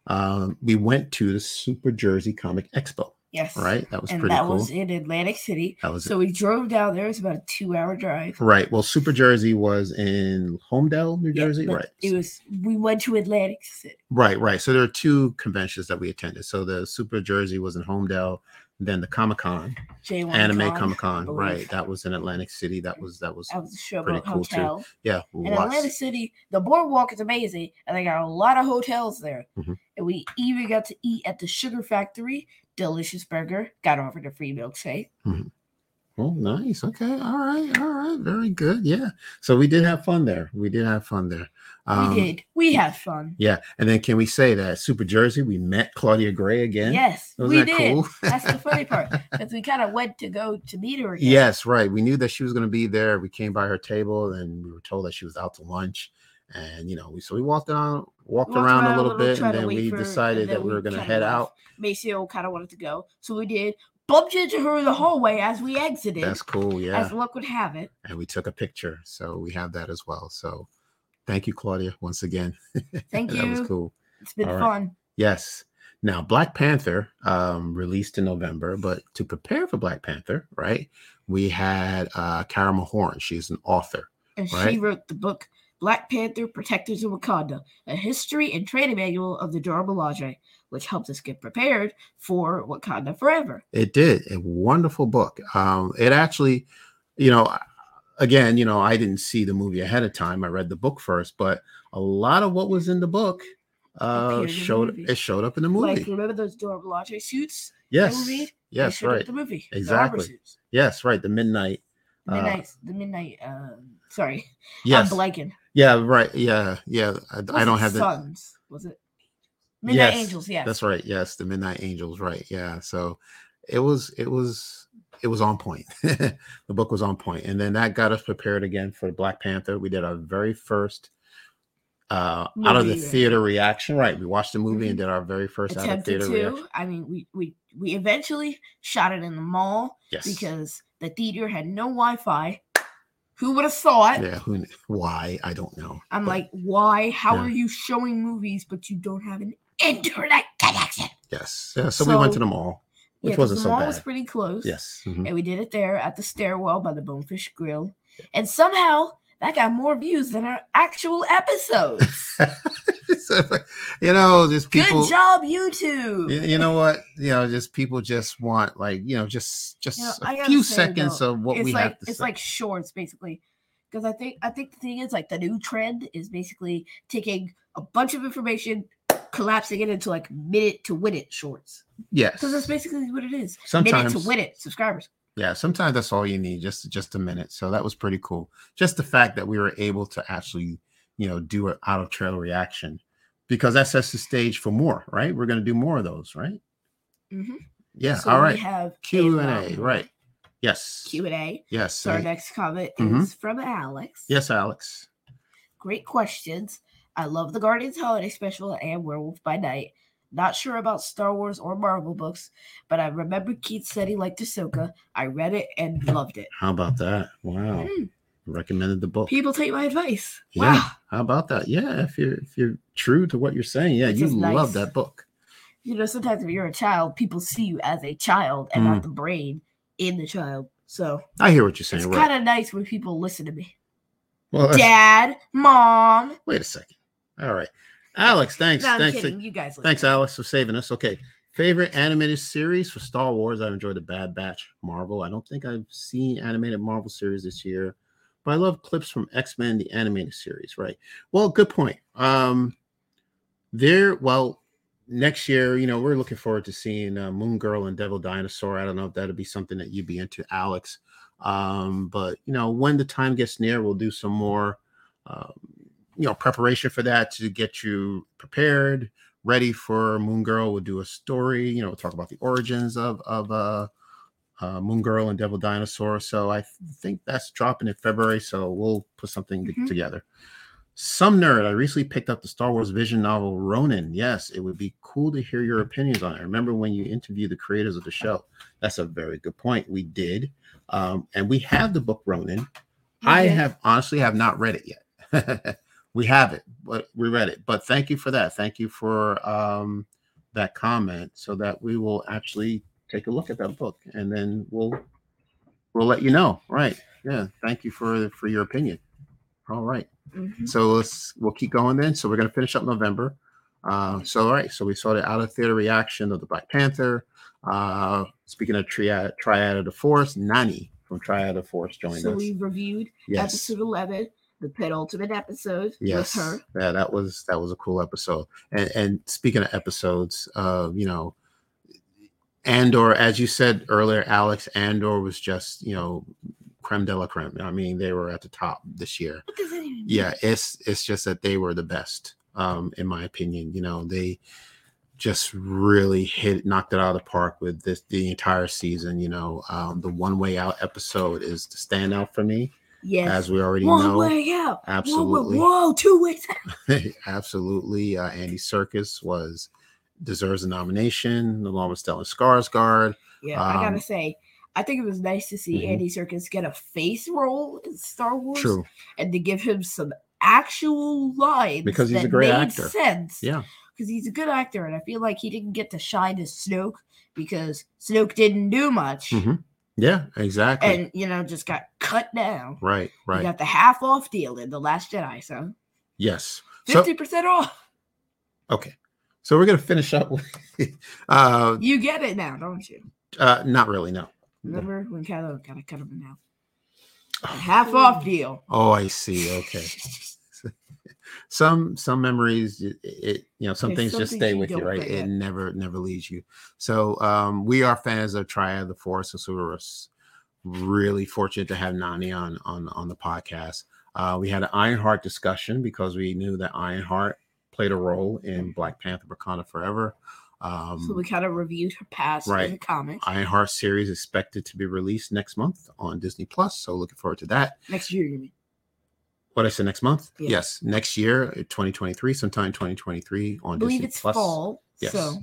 Speaker 1: Um, we went to the Super Jersey Comic Expo,
Speaker 2: yes,
Speaker 1: right? That was
Speaker 2: and
Speaker 1: pretty
Speaker 2: that
Speaker 1: cool.
Speaker 2: was in Atlantic City.
Speaker 1: that was
Speaker 2: So we drove down there. It's about a two-hour drive.
Speaker 1: Right. Well, Super Jersey was in Homedale, New
Speaker 2: Yeah,
Speaker 1: Jersey.
Speaker 2: but
Speaker 1: right.
Speaker 2: It was. We went to Atlantic City.
Speaker 1: right. Right. So there are two conventions that we attended. So the Super Jersey was in Homedale, then the Comic Con,
Speaker 2: J1
Speaker 1: Anime
Speaker 2: Con,
Speaker 1: Comic
Speaker 2: I
Speaker 1: Con.
Speaker 2: believe.
Speaker 1: Right. That was in Atlantic City. That was that was
Speaker 2: That was a show
Speaker 1: Pretty
Speaker 2: about
Speaker 1: cool, too.
Speaker 2: hotel.
Speaker 1: yeah.
Speaker 2: In
Speaker 1: lots-
Speaker 2: Atlantic City, the boardwalk is amazing, and they got a lot of hotels there.
Speaker 1: Mhm.
Speaker 2: And we even got to eat at the Sugar Factory. Delicious burger. Got offered a free milkshake.
Speaker 1: Oh, nice. Okay. All right. All right. Very good. Yeah. So we did have fun there. We did have fun there. Um,
Speaker 2: we did. We had fun.
Speaker 1: Yeah. And then can we say that Super Jersey, we met Claudia Gray again?
Speaker 2: Yes,
Speaker 1: Wasn't
Speaker 2: we
Speaker 1: that
Speaker 2: did.
Speaker 1: cool?
Speaker 2: That's the funny part because we kind of went to go to meet her again.
Speaker 1: Yes, right. We knew that she was going to be there. We came by her table and we were told that she was out to lunch. And you know, we so we walked on, walked,
Speaker 2: Walked
Speaker 1: around,
Speaker 2: around a
Speaker 1: a little
Speaker 2: little,
Speaker 1: bit,
Speaker 2: tried
Speaker 1: and
Speaker 2: to
Speaker 1: then
Speaker 2: wait
Speaker 1: we
Speaker 2: for her,
Speaker 1: decided
Speaker 2: and
Speaker 1: that
Speaker 2: then
Speaker 1: we
Speaker 2: we
Speaker 1: were going to
Speaker 2: kinda
Speaker 1: head
Speaker 2: left.
Speaker 1: out.
Speaker 2: Maceo kind of wanted to go, so we did. Bumped into her in the hallway as we exited,
Speaker 1: That's cool, yeah.
Speaker 2: as luck would have it.
Speaker 1: And we took a picture, so we have that as well. So, thank you, Claudia, once again.
Speaker 2: Thank
Speaker 1: that was
Speaker 2: you.
Speaker 1: cool.
Speaker 2: It's been
Speaker 1: All right.
Speaker 2: fun.
Speaker 1: Yes. Now, Black Panther um, released in November, but to prepare for Black Panther, right, we had uh, Kara Mahorn. She's an author.
Speaker 2: and she
Speaker 1: Right.
Speaker 2: wrote the book Black Panther Protectors of Wakanda, a history and training manual of the Dora Milaje, which helped us get prepared for Wakanda Forever.
Speaker 1: It did a wonderful book. Um, it actually, you know, I- again, you know, I didn't see the movie ahead of time. I read the book first, but a lot of what was in the book
Speaker 2: Appeared
Speaker 1: uh,
Speaker 2: in the
Speaker 1: showed
Speaker 2: movie.
Speaker 1: it showed up in the movie.
Speaker 2: Like, remember those Dora Milaje suits?
Speaker 1: yes,
Speaker 2: movie? They
Speaker 1: yes,
Speaker 2: showed up in
Speaker 1: right,
Speaker 2: The movie.
Speaker 1: Exactly.
Speaker 2: The armor suits.
Speaker 1: yes, right. The midnight.
Speaker 2: The
Speaker 1: Uh,
Speaker 2: midnight. the midnight. Uh, sorry,
Speaker 1: Yes,
Speaker 2: I'm blanking.
Speaker 1: yeah, right, yeah, yeah. I, I
Speaker 2: Wasn't
Speaker 1: don't have the.
Speaker 2: Suns. Was it? Midnight
Speaker 1: Yes,
Speaker 2: Angels. Yes.
Speaker 1: That's right. Yes, the Midnight Angels. Right. Yeah. So it was it was it was on point. the book was on point, and then that got us prepared again for Black Panther. We did our very first uh out of the
Speaker 2: Movie reaction.
Speaker 1: theater reaction. Right. We watched the movie and did our very first out of
Speaker 2: Attempted
Speaker 1: theater reaction.
Speaker 2: to. I mean, we we we eventually shot it in the mall.
Speaker 1: Yes.
Speaker 2: because the theater had no Wi-Fi. Who would have thought?
Speaker 1: yeah. Who? kn- Why? I don't know.
Speaker 2: I'm
Speaker 1: but-
Speaker 2: like, why? How
Speaker 1: Yeah.
Speaker 2: are you showing movies but you don't have an internet connection?
Speaker 1: Yes. Yeah. So, we went to
Speaker 2: So-
Speaker 1: the mall, which
Speaker 2: 'cause
Speaker 1: wasn't
Speaker 2: the
Speaker 1: so
Speaker 2: mall
Speaker 1: bad.
Speaker 2: was pretty close.
Speaker 1: yes. mhm.
Speaker 2: and we did it there at the stairwell by the Bonefish Grill, and somehow that got more views than our actual episodes.
Speaker 1: So, you know, there's people.
Speaker 2: Good job, YouTube.
Speaker 1: you, you know what you know just people just want like you know just just
Speaker 2: know, I
Speaker 1: a
Speaker 2: gotta
Speaker 1: few
Speaker 2: say,
Speaker 1: seconds of what
Speaker 2: it's
Speaker 1: we
Speaker 2: like
Speaker 1: have to
Speaker 2: it's
Speaker 1: say
Speaker 2: like shorts basically because i think i think the thing is like the new trend is basically taking a bunch of information collapsing it into like minute to win it shorts
Speaker 1: yes
Speaker 2: because that's basically what it is
Speaker 1: sometimes
Speaker 2: minute to win it subscribers
Speaker 1: yeah sometimes that's all you need just just a minute so that was pretty cool just the fact that we were able to actually you know do an out of trail reaction because that sets the stage for more right we're going to do more of those right
Speaker 2: mm-hmm.
Speaker 1: yeah
Speaker 2: so
Speaker 1: all
Speaker 2: we um,
Speaker 1: right
Speaker 2: have a
Speaker 1: q
Speaker 2: lot
Speaker 1: and a
Speaker 2: more
Speaker 1: right yes
Speaker 2: q&a
Speaker 1: yes
Speaker 2: so our
Speaker 1: uh,
Speaker 2: next comment
Speaker 1: Mhm.
Speaker 2: is from alex
Speaker 1: yes alex
Speaker 2: Great questions. I love the Guardians Holiday Special and Werewolf by Night. Not sure about Star Wars or Marvel books, but I remember Keith said he liked Ahsoka. I read it and loved it.
Speaker 1: how about that wow
Speaker 2: Hmm,
Speaker 1: recommended the book
Speaker 2: People take my advice.
Speaker 1: Oh. Yeah.
Speaker 2: Wow.
Speaker 1: How about that? Yeah, if you're if you're true to what you're saying, yeah,
Speaker 2: Which
Speaker 1: you
Speaker 2: is nice.
Speaker 1: love that book.
Speaker 2: You know, sometimes when you're a child, people see you as a child and
Speaker 1: Hmm.
Speaker 2: not the brain in the child. So
Speaker 1: I hear what you're saying,
Speaker 2: it's
Speaker 1: right?
Speaker 2: kind of nice when people listen to me.
Speaker 1: Well, that's-
Speaker 2: Dad, mom.
Speaker 1: wait a second. All right, Alex. Thanks.
Speaker 2: No, I'm
Speaker 1: thanks.
Speaker 2: kidding. You guys.
Speaker 1: Thanks, Alex, for saving us. Okay. Favorite animated series for Star Wars? I enjoyed the Bad Batch Marvel. I don't think I've seen animated Marvel series this year, but I love clips from X Men, the animated series, right? Well, good point. Um, there, well, next year, you know, we're looking forward to seeing uh, Moon Girl and Devil Dinosaur. I don't know if that'll be something that you'd be into, Alex. Um, but, you know, when the time gets near, we'll do some more, um, you know, preparation for that to get you prepared ready for Moon Girl. We'll do a story, you know, we'll talk about the origins of of uh, uh, Moon Girl and Devil Dinosaur. So I think that's dropping in February. So we'll put something t-
Speaker 2: Mhm.
Speaker 1: together. Some nerd, I recently picked up the Star Wars Vision novel Ronin. Yes, it would be cool to hear your opinions on it. Remember when you interviewed the creators of the show? That's a very good point. We did, um, and we have the book Ronin. I have honestly have not read it yet. we have it, but we read it. But thank you for that. Thank you for um, that comment, so that we will actually take a look at that book, and then we'll we'll let you know. Right? Yeah. Thank you for for your opinion. All right.
Speaker 2: Mhm.
Speaker 1: So let's we'll keep going then. So we're gonna finish up November. Uh, so all right. So we saw the out of theater reaction of the Black Panther. Uh, speaking of triad, triad of the force, Nani from Triad of the Force joined
Speaker 2: So
Speaker 1: us.
Speaker 2: we reviewed episode eleven, the penultimate episode
Speaker 1: Yes.
Speaker 2: with her.
Speaker 1: Yeah, that was that was a cool episode. And and speaking of episodes, uh, you know, Andor, as you said earlier, Alex, Andor was just, you know, creme de la creme. I mean, they were at the top this year
Speaker 2: What does that even mean?
Speaker 1: yeah it's it's just that they were the best um in my opinion you know they just really hit knocked it out of the park with this the entire season you know um the one way out episode is the standout for me
Speaker 2: Yes.
Speaker 1: as we already
Speaker 2: One
Speaker 1: know
Speaker 2: way out.
Speaker 1: absolutely
Speaker 2: Whoa, whoa, whoa, two ways out.
Speaker 1: absolutely uh, andy circus was deserves a nomination along with stellan skarsgård
Speaker 2: Yeah, I
Speaker 1: Um,
Speaker 2: gotta say, I think it was nice to see
Speaker 1: Mhm.
Speaker 2: Andy Serkis get a face role in Star Wars,
Speaker 1: true
Speaker 2: and to give him some actual lines
Speaker 1: Because he's a
Speaker 2: that
Speaker 1: great
Speaker 2: made
Speaker 1: actor.
Speaker 2: Sense,
Speaker 1: Yeah.
Speaker 2: because he's a good actor, and I feel like he didn't get to shine as Snoke because Snoke didn't do much,
Speaker 1: Mhm. yeah exactly
Speaker 2: and you know just got cut down.
Speaker 1: right
Speaker 2: He
Speaker 1: right
Speaker 2: got the half off deal in the Last Jedi, so
Speaker 1: yes So-
Speaker 2: fifty percent off.
Speaker 1: okay so we're gonna finish up with uh
Speaker 2: You get it now, don't you?
Speaker 1: Uh, not really. No.
Speaker 2: Remember when Kylo kind of cut him now?
Speaker 1: Oh.
Speaker 2: half off deal.
Speaker 1: Oh, I see. Okay. some some memories, it, it you know, some
Speaker 2: There's
Speaker 1: things
Speaker 2: some
Speaker 1: just
Speaker 2: things
Speaker 1: stay
Speaker 2: you
Speaker 1: with you,
Speaker 2: don't
Speaker 1: right? It
Speaker 2: forget.
Speaker 1: never never leaves you. So um, we are fans of Triad of the Force, and so we were s- really fortunate to have Nani on on on the podcast. Uh, we had an Ironheart discussion because we knew that Ironheart played a role in Black Panther: Wakanda Forever. Um,
Speaker 2: so we kind of reviewed her past
Speaker 1: right.
Speaker 2: in the comics.
Speaker 1: Ironheart series expected to be released next month on Disney Plus, so looking forward to that.
Speaker 2: Next year, you mean?
Speaker 1: what I said next month?
Speaker 2: Yeah.
Speaker 1: Yes, next year, 2023, sometime 2023 on
Speaker 2: I believe
Speaker 1: Disney
Speaker 2: it's
Speaker 1: Plus.
Speaker 2: fall.
Speaker 1: Yes.
Speaker 2: So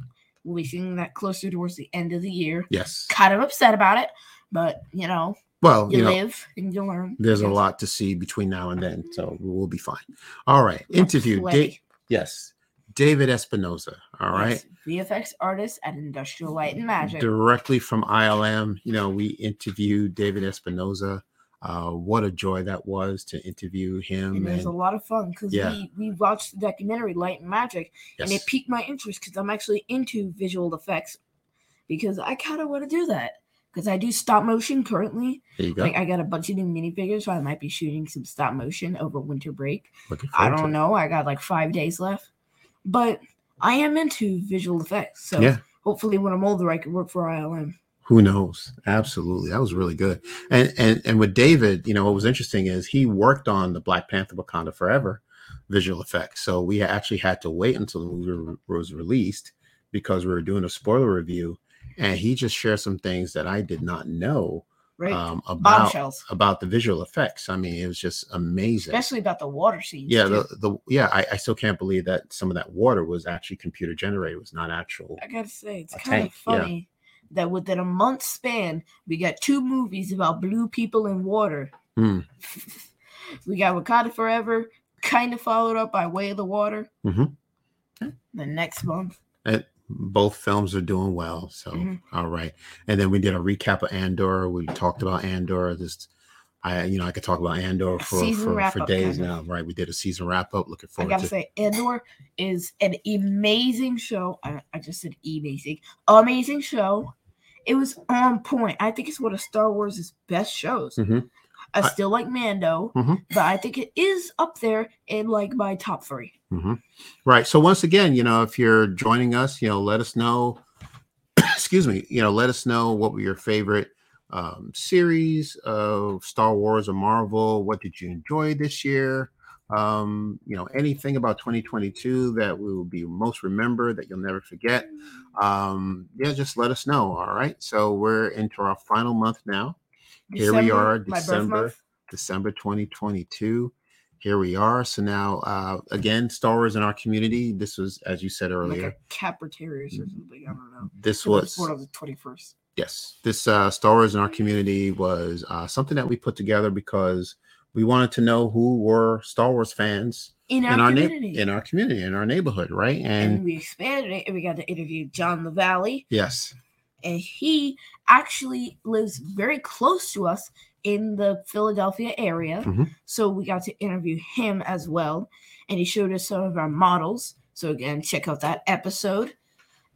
Speaker 2: we'll be seeing that closer towards the end of the year.
Speaker 1: Yes.
Speaker 2: Kind of upset about it, but you know,
Speaker 1: Well,
Speaker 2: you,
Speaker 1: you know,
Speaker 2: live and you learn.
Speaker 1: there's a
Speaker 2: Yes.
Speaker 1: lot to see between now and then, so we'll be fine. All right,
Speaker 2: Lot to
Speaker 1: interview.
Speaker 2: play.
Speaker 1: Da- yes, David Espinoza. All right.
Speaker 2: Yes. VFX artist at Industrial Light and Magic.
Speaker 1: directly from ILM. You know, we interviewed David Espinoza. Uh, what a joy that was to interview him.
Speaker 2: and it was
Speaker 1: And,
Speaker 2: a lot of fun because
Speaker 1: Yeah.
Speaker 2: we, we watched the documentary Light and Magic and
Speaker 1: yes,
Speaker 2: it piqued my interest because I'm actually into visual effects because I kind of want to do that because I do stop motion currently.
Speaker 1: there you go.
Speaker 2: Like I got a bunch of new minifigures, so I might be shooting some stop motion over winter break.
Speaker 1: Looking
Speaker 2: I
Speaker 1: forward to
Speaker 2: don't
Speaker 1: it.
Speaker 2: know. I got like five days left, but I am into visual effects. So
Speaker 1: Yeah.
Speaker 2: hopefully, when I'm older, I can work for ILM.
Speaker 1: who knows absolutely that was really good and and and with david you know what was interesting is he worked on the black panther wakanda forever visual effects so we actually had to wait until the movie re- was released because we were doing a spoiler review and he just shared some things that i did not know
Speaker 2: Right?
Speaker 1: um, about
Speaker 2: Bombshells,
Speaker 1: about the visual effects i mean it was just amazing
Speaker 2: especially about the water scenes.
Speaker 1: yeah
Speaker 2: too.
Speaker 1: the, the yeah I, I still can't believe that some of that water was actually computer generated it was not actual
Speaker 2: I gotta say, it's
Speaker 1: A
Speaker 2: kind
Speaker 1: tank,
Speaker 2: of
Speaker 1: yeah.
Speaker 2: funny that within a month span, we got two movies about blue people in water.
Speaker 1: Hmm.
Speaker 2: we got Wakanda Forever, kind of followed up by Way of the Water.
Speaker 1: Mhm.
Speaker 2: The next month,
Speaker 1: both films are doing well. So
Speaker 2: Mhm.
Speaker 1: all right. And then we did a recap of Andor. We talked about Andor, this I you know I could talk about Andor for
Speaker 2: season
Speaker 1: for, for
Speaker 2: wrap-up,
Speaker 1: days
Speaker 2: kind
Speaker 1: now, right? We did a season wrap up. Looking
Speaker 2: I
Speaker 1: forward
Speaker 2: gotta
Speaker 1: to
Speaker 2: say, Andor is an amazing show. I, I just said amazing, amazing show. It was on point. I think it's one of Star Wars' best shows.
Speaker 1: Mhm.
Speaker 2: I
Speaker 1: I-
Speaker 2: still like Mando,
Speaker 1: Mhm.
Speaker 2: but I think it is up there in like my top three.
Speaker 1: hmm right. So once again, you know, if you're joining us, you know, let us know. excuse me. You know, let us know what were your favorite um, series of Star Wars or Marvel. What did you enjoy this year? Um, you know, anything about 2022 that we will be most remembered that you'll never forget. Um, yeah, just let us know. All right. So we're into our final month now. Here we are,
Speaker 2: my birth
Speaker 1: December.
Speaker 2: month.
Speaker 1: December 2022. Here we are. So now, uh, again, Star Wars in our community. This was, as you said earlier, Mm-hmm.
Speaker 2: Like a Capra Terriers or something. I don't know.
Speaker 1: this
Speaker 2: It was
Speaker 1: was
Speaker 2: born on the twenty first.
Speaker 1: yes, this uh, Star Wars in our community was uh, something that we put together because we wanted to know who were Star Wars fans
Speaker 2: In our,
Speaker 1: in our
Speaker 2: community.
Speaker 1: na- in our community, in our neighborhood, right? And,
Speaker 2: and, we expanded it and we got to interview John LaValley.
Speaker 1: yes,
Speaker 2: And he actually lives very close to us in the Philadelphia area.
Speaker 1: Mhm.
Speaker 2: So we got to interview him as well. And he showed us some of our models. So again, check out that episode.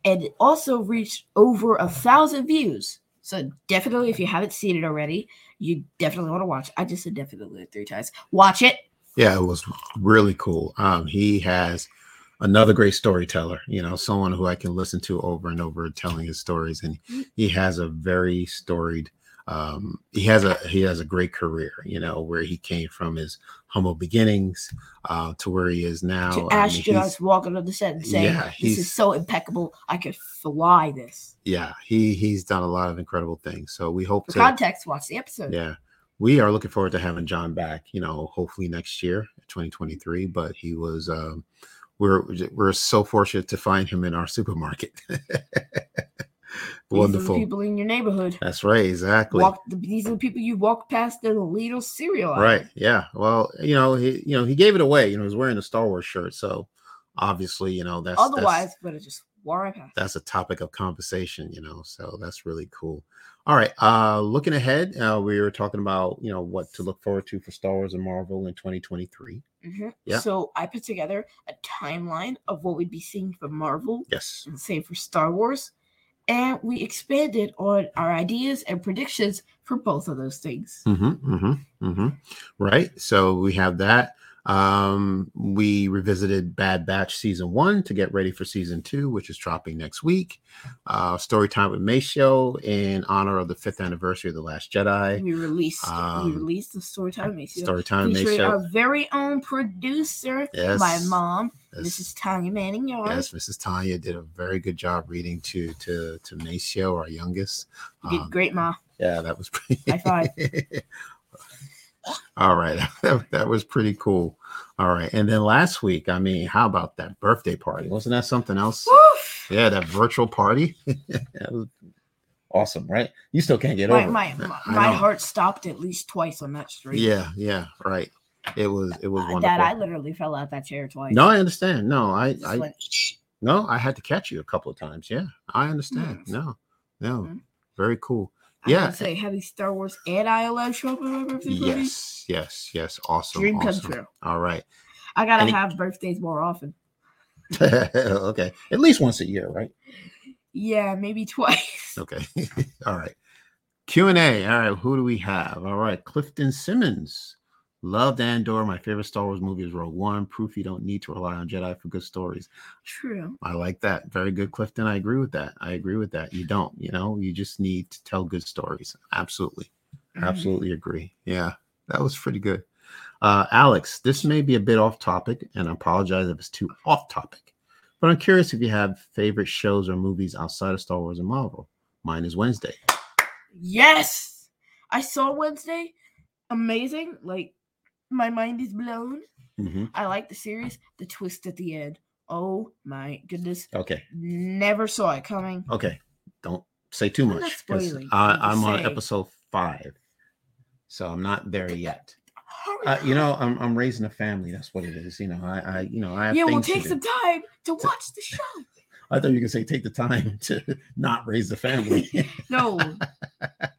Speaker 2: And it also reached over a thousand views. So definitely if you haven't seen it already, you definitely want to watch. I just said definitely like three times. Watch it.
Speaker 1: yeah, it was really cool. Um, he has another great storyteller, you know, someone who I can listen to over and over telling his stories. And he has a very storied, um, he has a he has a great career, you know, where he came from his humble beginnings uh, to where he is now.
Speaker 2: to
Speaker 1: I mean,
Speaker 2: astronauts
Speaker 1: he's-
Speaker 2: walking on the set and saying,
Speaker 1: Yeah,
Speaker 2: "This
Speaker 1: he's-
Speaker 2: is so impeccable. I could fly this."
Speaker 1: yeah, he he's done a lot of incredible things. So we hope
Speaker 2: For
Speaker 1: to
Speaker 2: context, watch the episode.
Speaker 1: Yeah. We are looking forward to having John back, you know, hopefully next year, 2023. But he was, um, we're we're so fortunate to find him in our supermarket.
Speaker 2: These are the
Speaker 1: Wonderful.
Speaker 2: people in your neighborhood.
Speaker 1: That's right. Exactly.
Speaker 2: Walk. The, these are the people you walk past in the Lidl cereal. aisle.
Speaker 1: Right. Yeah. Well, you know, he you know he gave it away. You know, he was wearing a Star Wars shirt, so obviously, you know, that's that's-
Speaker 2: Otherwise, but it just walk right past.
Speaker 1: that's a topic of conversation you know so that's really cool all right uh looking ahead uh we were talking about you know what to look forward to for star wars and marvel in 2023
Speaker 2: Mhm.
Speaker 1: Yeah.
Speaker 2: So I put together a timeline of what we'd be seeing for Marvel
Speaker 1: yes
Speaker 2: and same for Star Wars, and we expanded on our ideas and predictions for both of those things.
Speaker 1: hmm hmm hmm right so we have that um we revisited bad batch season one to get ready for season two which is dropping next week uh story time with may show in honor of the fifth anniversary of the last jedi
Speaker 2: We released.
Speaker 1: Um,
Speaker 2: we released the story time. Maceo.
Speaker 1: story time with may
Speaker 2: featuring
Speaker 1: show
Speaker 2: our very own producer,
Speaker 1: yes
Speaker 2: my mom,
Speaker 1: yes.
Speaker 2: Mrs. Tanya Manning
Speaker 1: Yes,
Speaker 2: Yards.
Speaker 1: Mrs. Tanya did a very good job reading to to to Maceo, our youngest.
Speaker 2: You
Speaker 1: Um,
Speaker 2: did great, Ma.
Speaker 1: yeah, that was pretty.
Speaker 2: High five.
Speaker 1: All right, that, that was pretty cool. All right, and then last week, I mean, how about that birthday party? Wasn't that something else?
Speaker 2: Woof!
Speaker 1: Yeah, that virtual party. that was awesome, right? You still can't get
Speaker 2: My,
Speaker 1: over.
Speaker 2: my,
Speaker 1: it.
Speaker 2: my,
Speaker 1: I
Speaker 2: my
Speaker 1: know.
Speaker 2: heart stopped at least twice on that street.
Speaker 1: Yeah, yeah, right. It was it was
Speaker 2: Uh,
Speaker 1: wonderful.
Speaker 2: Dad, I literally fell out that chair twice.
Speaker 1: no, I understand. No, I
Speaker 2: Just
Speaker 1: I
Speaker 2: went,
Speaker 1: No, I had to catch you a couple of times. Yeah, I understand.
Speaker 2: Mm.
Speaker 1: No, no,
Speaker 2: Mm.
Speaker 1: very cool.
Speaker 2: I was gonna
Speaker 1: Yeah.
Speaker 2: say, having Star Wars and ILM show up on my birthday party?
Speaker 1: Yes, yes, yes. Awesome.
Speaker 2: Dream come
Speaker 1: awesome.
Speaker 2: true.
Speaker 1: All right.
Speaker 2: I gotta
Speaker 1: And it-
Speaker 2: have birthdays more often.
Speaker 1: okay. At least once a year, right?
Speaker 2: Yeah, maybe twice.
Speaker 1: Okay. All right. Q and A. All right. Who do we have? All right. Clifton Simmons. Loved Andor. My favorite Star Wars movie is Rogue One. Proof you don't need to rely on Jedi for good stories.
Speaker 2: True.
Speaker 1: I like that. Very good, Clifton. I agree with that. I agree with that. You don't. You know. You just need to tell good stories. Absolutely.
Speaker 2: Mhm.
Speaker 1: Absolutely agree. Yeah, that was pretty good. Uh, Alex, this may be a bit off topic, and I apologize if it's too off topic, but I'm curious if you have favorite shows or movies outside of Star Wars and Marvel. Mine is Wednesday.
Speaker 2: Yes, I saw Wednesday. Amazing. Like, my mind is blown.
Speaker 1: Mm-hmm.
Speaker 2: I like the series. The twist at the end. Oh my goodness.
Speaker 1: Okay,
Speaker 2: Never saw it coming.
Speaker 1: okay. Don't say too
Speaker 2: I'm not
Speaker 1: much. 'cause
Speaker 2: spoiling,
Speaker 1: I,
Speaker 2: I'm just
Speaker 1: I'm on
Speaker 2: saying.
Speaker 1: episode five, so I'm not there yet.
Speaker 2: Hurry
Speaker 1: Uh, you
Speaker 2: up.
Speaker 1: know, I'm I'm raising a family. That's what it is. You know, I, I you know I have
Speaker 2: yeah, well,
Speaker 1: things to
Speaker 2: take
Speaker 1: do.
Speaker 2: some time to
Speaker 1: So-
Speaker 2: watch the show.
Speaker 1: I thought you could say take the time to not raise the family.
Speaker 2: No,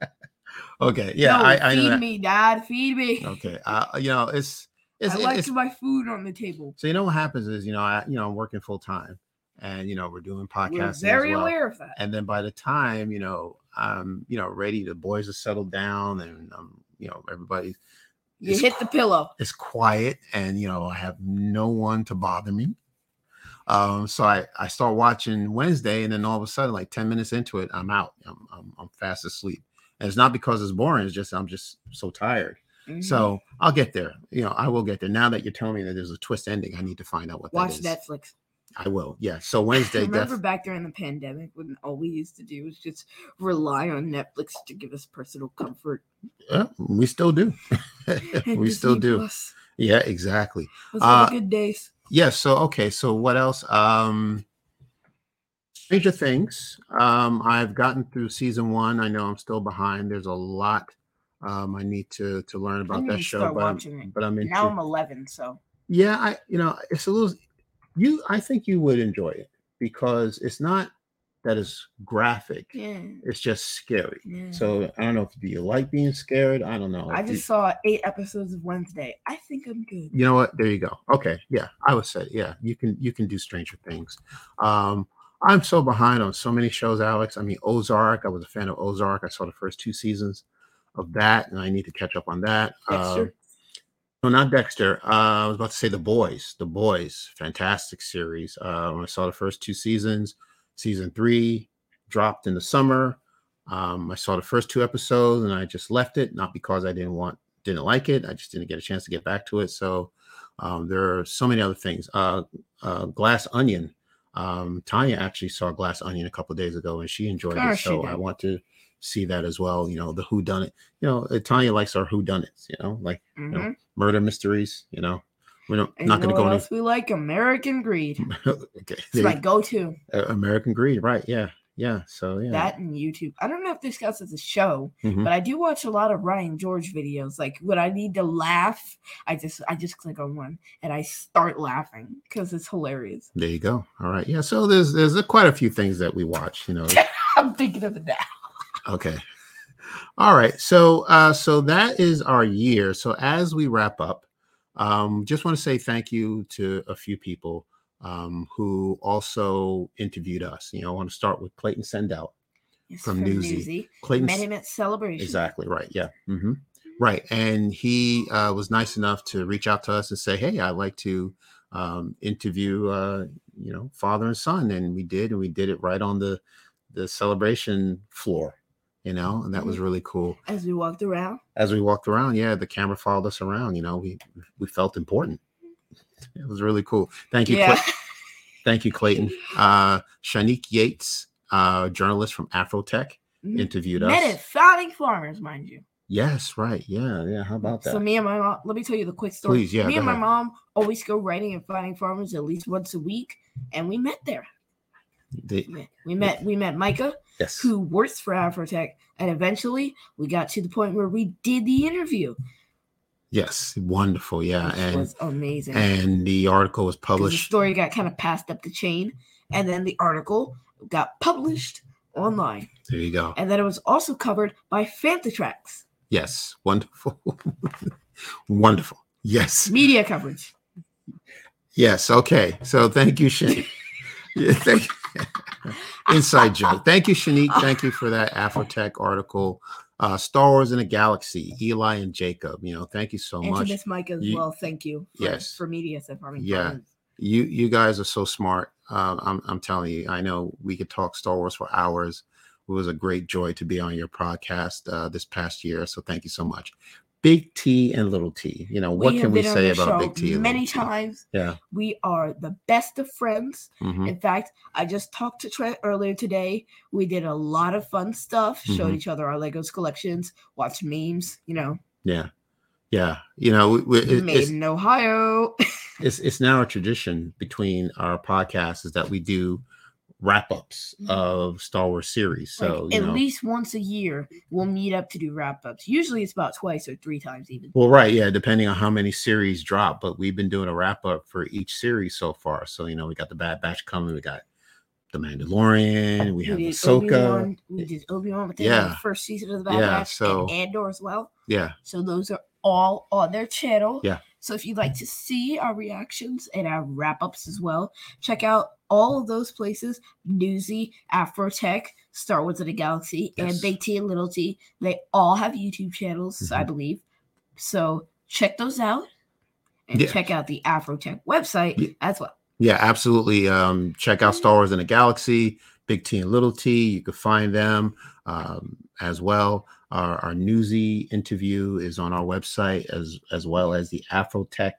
Speaker 1: Okay. Yeah.
Speaker 2: No,
Speaker 1: I, I know
Speaker 2: feed
Speaker 1: that.
Speaker 2: me, Dad. Feed me.
Speaker 1: Okay. Uh, you know, it's, it's,
Speaker 2: I like
Speaker 1: it's
Speaker 2: to my food on the table.
Speaker 1: so you know what happens is, you know, I, you know, I'm working full time and, you know, we're doing
Speaker 2: We're
Speaker 1: podcasts.
Speaker 2: very
Speaker 1: as well.
Speaker 2: aware of that.
Speaker 1: And then by the time, you know, I'm, you know, ready, the boys are settled down and I'm, you know, everybody's
Speaker 2: You
Speaker 1: it's
Speaker 2: hit the pillow.
Speaker 1: it's quiet and you know i have no one to bother me um so i i start watching wednesday and then all of a sudden like 10 minutes into it i'm out i'm i'm, I'm fast asleep and it's not because it's boring it's just i'm just so tired
Speaker 2: Mhm.
Speaker 1: so i'll get there you know i will get there now that you're telling me that there's a twist ending i need to find out what
Speaker 2: watch
Speaker 1: that is
Speaker 2: Netflix.
Speaker 1: i will yeah so wednesday
Speaker 2: Remember
Speaker 1: def-
Speaker 2: back during the pandemic when all we used to do was just rely on Netflix to give us personal comfort.
Speaker 1: yeah, uh, we still do
Speaker 2: and
Speaker 1: we still
Speaker 2: Disney
Speaker 1: do
Speaker 2: Plus.
Speaker 1: yeah exactly
Speaker 2: Those were
Speaker 1: Uh,
Speaker 2: the good days.
Speaker 1: yeah so okay so what else um stranger things um i've gotten through season one i know i'm still behind there's a lot um i need to to learn about
Speaker 2: need
Speaker 1: that
Speaker 2: to
Speaker 1: show
Speaker 2: start
Speaker 1: but I'm,
Speaker 2: watching it.
Speaker 1: but i'm into
Speaker 2: Now I'm 11, so
Speaker 1: yeah i you know it's a little you i think you would enjoy it because it's not that it's graphic
Speaker 2: yeah.
Speaker 1: it's just scary
Speaker 2: yeah.
Speaker 1: so i don't know if do you like being scared i don't know
Speaker 2: I
Speaker 1: if you-
Speaker 2: just saw eight episodes of Wednesday. I think I'm good.
Speaker 1: you know what there you go okay yeah i would say yeah you can you can do stranger things um i'm so behind on so many shows alex i mean ozark i was a fan of ozark i saw the first two seasons of that and i need to catch up on that
Speaker 2: Dexter.
Speaker 1: Um, no not dexter uh, i was about to say the boys the boys fantastic series um, i saw the first two seasons season three dropped in the summer um, i saw the first two episodes and i just left it not because i didn't want didn't like it. I just didn't get a chance to get back to it. So um, there are so many other things. Uh, uh, Glass Onion. Um, Tanya actually saw Glass Onion a couple of days ago, and she enjoyed
Speaker 2: Oh,
Speaker 1: it.
Speaker 2: she
Speaker 1: So I
Speaker 2: did.
Speaker 1: want to see that as well. You know, the Who Done It. You know, uh, Tanya likes our Who Done It. You know, like
Speaker 2: Mhm.
Speaker 1: murder mysteries. You know, we're not,
Speaker 2: And
Speaker 1: not
Speaker 2: you
Speaker 1: going
Speaker 2: know
Speaker 1: to go
Speaker 2: what
Speaker 1: into
Speaker 2: else we like? American Greed.
Speaker 1: okay.
Speaker 2: It's my go-to.
Speaker 1: Uh, American Greed, right? Yeah, yeah. So yeah,
Speaker 2: That and YouTube. I don't know if this counts as a show,
Speaker 1: Mhm.
Speaker 2: but I do watch a lot of Ryan George videos. Like when I need to laugh, I just I just click on one and I start laughing because it's hilarious.
Speaker 1: there you go. All right, yeah. So there's there's uh, quite a few things that we watch. You know,
Speaker 2: I'm thinking of it now.
Speaker 1: Okay. All right. So uh so that is our year. So as we wrap up, um just want to say thank you to a few people um who also interviewed us. You know, I want to start with Clayton Sendout.
Speaker 2: Yes,
Speaker 1: From Newsy. Clayton
Speaker 2: Met him at Celebration.
Speaker 1: Exactly right. Yeah. hmm Right. And he uh, was nice enough to reach out to us and say, "Hey, I'd like to um, interview, uh, you know, father and son." And we did, and we did it right on the the celebration floor. You know, and that was really cool.
Speaker 2: As we walked around,
Speaker 1: As we walked around, yeah, the camera followed us around. You know, we we felt important. It was really cool. Thank you. Cla-
Speaker 2: yeah,
Speaker 1: thank you, Clayton. Uh, Shanique Yates, uh, journalist from Afrotech,
Speaker 2: met
Speaker 1: interviewed us.
Speaker 2: at Founding Mm-hmm. Farmers, mind you.
Speaker 1: Yes, right. Yeah, yeah. How about that?
Speaker 2: So me and my mom, let me tell you the quick story.
Speaker 1: Please, yeah,
Speaker 2: me
Speaker 1: go
Speaker 2: and my
Speaker 1: ahead. Uh, Uh, uh, Mm-hmm. Mm-hmm. The Mandalorian. We have
Speaker 2: did
Speaker 1: Ahsoka.
Speaker 2: Obi-Wan, we did Obi Wan within yeah.
Speaker 1: Yeah.
Speaker 2: the first season of the Bad
Speaker 1: Yeah,
Speaker 2: Batch
Speaker 1: so-
Speaker 2: and Andor as well.
Speaker 1: Yeah,
Speaker 2: So those are all on their channel.
Speaker 1: Yeah.
Speaker 2: So if you'd like to see our reactions and our wrap ups as well, check out all of those places: Newsy, Afrotech, Star Wars of the Galaxy,
Speaker 1: Yes.
Speaker 2: and Big T and Little T. They all have YouTube channels, I
Speaker 1: Mhm.
Speaker 2: believe. So check those out, and
Speaker 1: Yeah.
Speaker 2: check out the Afrotech website
Speaker 1: Yeah.
Speaker 2: as well.
Speaker 1: yeah, absolutely. Um, check out Star Wars in a Galaxy, Big T and Little T. You can find them um, as well. Our, our newsy interview is on our website as as well as the Afrotech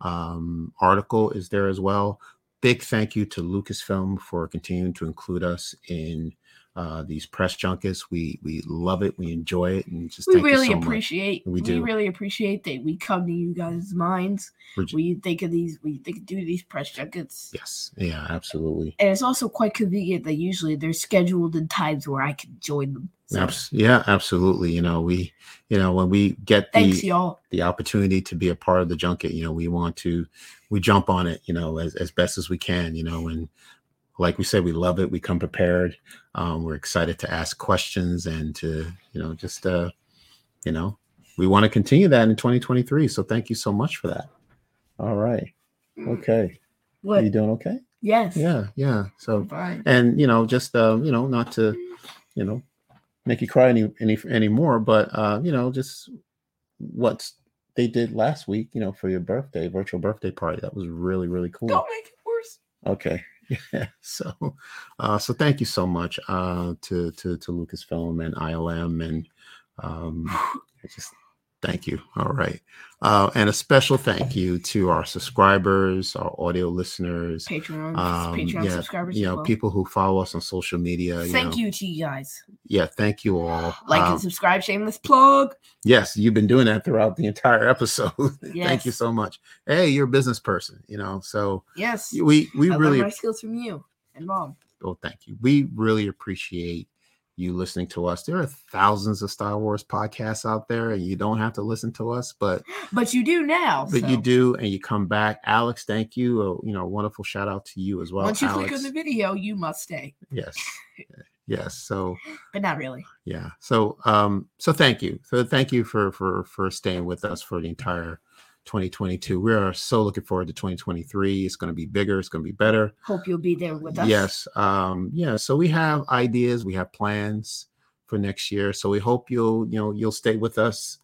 Speaker 1: um, article is there as well. Big thank you to Lucasfilm for continuing to include us in uh, these press junkets. We we love it. We enjoy it, and just
Speaker 2: We
Speaker 1: thank
Speaker 2: really
Speaker 1: you so much.
Speaker 2: appreciate.
Speaker 1: We
Speaker 2: We,
Speaker 1: do.
Speaker 2: really appreciate that we come to you guys' minds.
Speaker 1: We're ju-
Speaker 2: We think of these. We think do these press junkets.
Speaker 1: yes, yeah, absolutely.
Speaker 2: and it's also quite convenient that usually they're scheduled in times where I can join them. So
Speaker 1: Abs- yeah, absolutely. You know, we, you know, when we get the
Speaker 2: thanks, y'all.
Speaker 1: the opportunity to be a part of the junket you know we want to we jump on it you know as, as best as we can you know and like we said we love it we come prepared um, we're excited to ask questions and to you know just uh you know we want to continue that in 2023 so thank you so much for that all right
Speaker 2: Mm.
Speaker 1: okay
Speaker 2: What?
Speaker 1: you doing okay
Speaker 2: Yes.
Speaker 1: yeah yeah so
Speaker 2: I'm fine.
Speaker 1: and you know just uh, you know not to you know make you cry any any anymore but uh you know just what they did last week you know for your birthday virtual birthday party that was really really cool
Speaker 2: Don't make it worse.
Speaker 1: okay yeah so uh so thank you so much uh to to to lucasfilm and ilm and um I just thank you all right uh and a special thank you to our subscribers our audio listeners
Speaker 2: Patreon,
Speaker 1: Um,
Speaker 2: Patreon
Speaker 1: yeah,
Speaker 2: subscribers.
Speaker 1: you
Speaker 2: as
Speaker 1: know
Speaker 2: well.
Speaker 1: people who follow us on social media you
Speaker 2: Thank
Speaker 1: know,
Speaker 2: you to you guys.
Speaker 1: yeah thank you all
Speaker 2: Like
Speaker 1: Um,
Speaker 2: and subscribe. Shameless plug.
Speaker 1: yes you've been doing that throughout the entire episode thank you
Speaker 2: Yes.
Speaker 1: so much hey you're a business person you know so
Speaker 2: Yes.
Speaker 1: we we
Speaker 2: I
Speaker 1: really
Speaker 2: learned my skills from you and mom.
Speaker 1: oh thank you we really appreciate you listening to us there are thousands of star wars podcasts out there and you don't have to listen to us but
Speaker 2: But you do now.
Speaker 1: but you
Speaker 2: so
Speaker 1: do and you come back alex thank you oh, you know wonderful shout out to you as well
Speaker 2: Once you
Speaker 1: alex
Speaker 2: click on the video, you must stay.
Speaker 1: yes yes so
Speaker 2: But not really.
Speaker 1: yeah so um so thank you so thank you for for for staying with us for the entire 2022 we are so looking forward to 2023 it's going to be bigger it's going to be better
Speaker 2: Hope you'll be there with us.
Speaker 1: yes um yeah so we have ideas we have plans for next year so we hope you'll you know you'll stay with us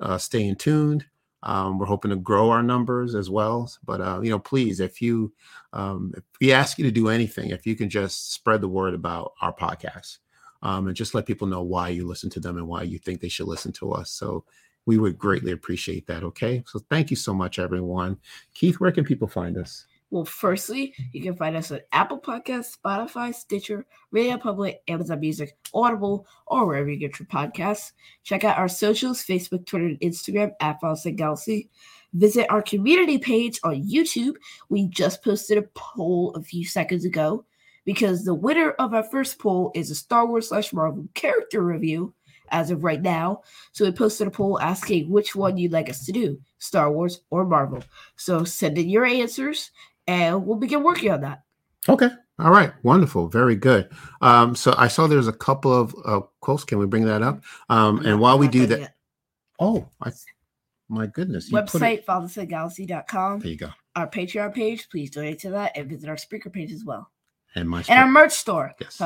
Speaker 1: uh staying tuned um we're hoping to grow our numbers as well but uh you know please if you um if we ask you to do anything if you can just spread the word about our podcast um and just let people know why you listen to them and why you think they should listen to us so we would greatly appreciate that okay so thank you so much everyone keith where can people find us
Speaker 2: Well, firstly, you can find us on Apple Podcasts, Spotify, Stitcher, Radio Public, Amazon Music, Audible, or wherever you get your podcasts. Check out our socials Facebook, Twitter, and Instagram at Files and Galaxy. Visit our community page on YouTube. We just posted a poll a few seconds ago because the winner of our first poll is a Star Wars slash Marvel character review as of right now. So we posted a poll asking which one you'd like us to do, Star Wars or Marvel. So send in your answers and we'll begin working on that.
Speaker 1: Okay. All right. Wonderful. Very good. Um, so I saw there's a couple of uh, quotes. Can we bring that up? Um, and
Speaker 2: I'm not-
Speaker 1: while
Speaker 2: I'm
Speaker 1: we
Speaker 2: not
Speaker 1: do
Speaker 2: done
Speaker 1: that,
Speaker 2: yet.
Speaker 1: oh, I, my goodness. you put it-
Speaker 2: website fathersadgalaxy.com,
Speaker 1: there you go.
Speaker 2: our Patreon page, please donate to that, and visit our speaker page as well,
Speaker 1: And my.
Speaker 2: and our merch store,
Speaker 1: Yes.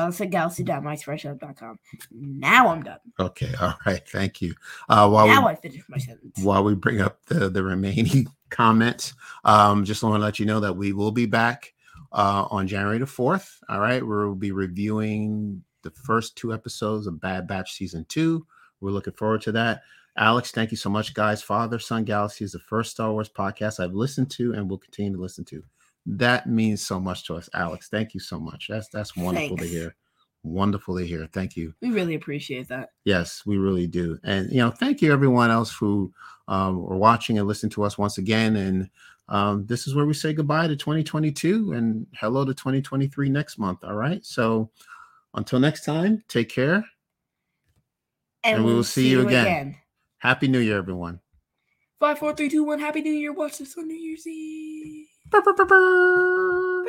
Speaker 2: fathersadgalaxy.myspreadshop.com. Now I'm done.
Speaker 1: okay. All right. Thank you. Uh, while
Speaker 2: now
Speaker 1: we,
Speaker 2: I finished my sentence.
Speaker 1: while we bring up the, the remaining comments, um, just want to let you know that we will be back uh, on January the 4th. All right. We'll be reviewing the first two episodes of Bad Batch Season 2. We're looking forward to that. Alex, thank you so much, guys. Father Son Galaxy is the first Star Wars podcast I've listened to and will continue to listen to. That means so much to us, Alex. Thank you so much. That's that's wonderful
Speaker 2: Thanks.
Speaker 1: to hear. Wonderful to hear. Thank you.
Speaker 2: We really appreciate that.
Speaker 1: Yes, we really do. And you know, thank you everyone else who um, are watching and listening to us once again. And um, this is where we say goodbye to 2022 and hello to 2023 next month. All right. So until next time, take care. And we will see you again. Happy New Year, everyone.
Speaker 2: Five, four, three, two, one. Happy New Year. Watch this on New Year's Eve. Bye.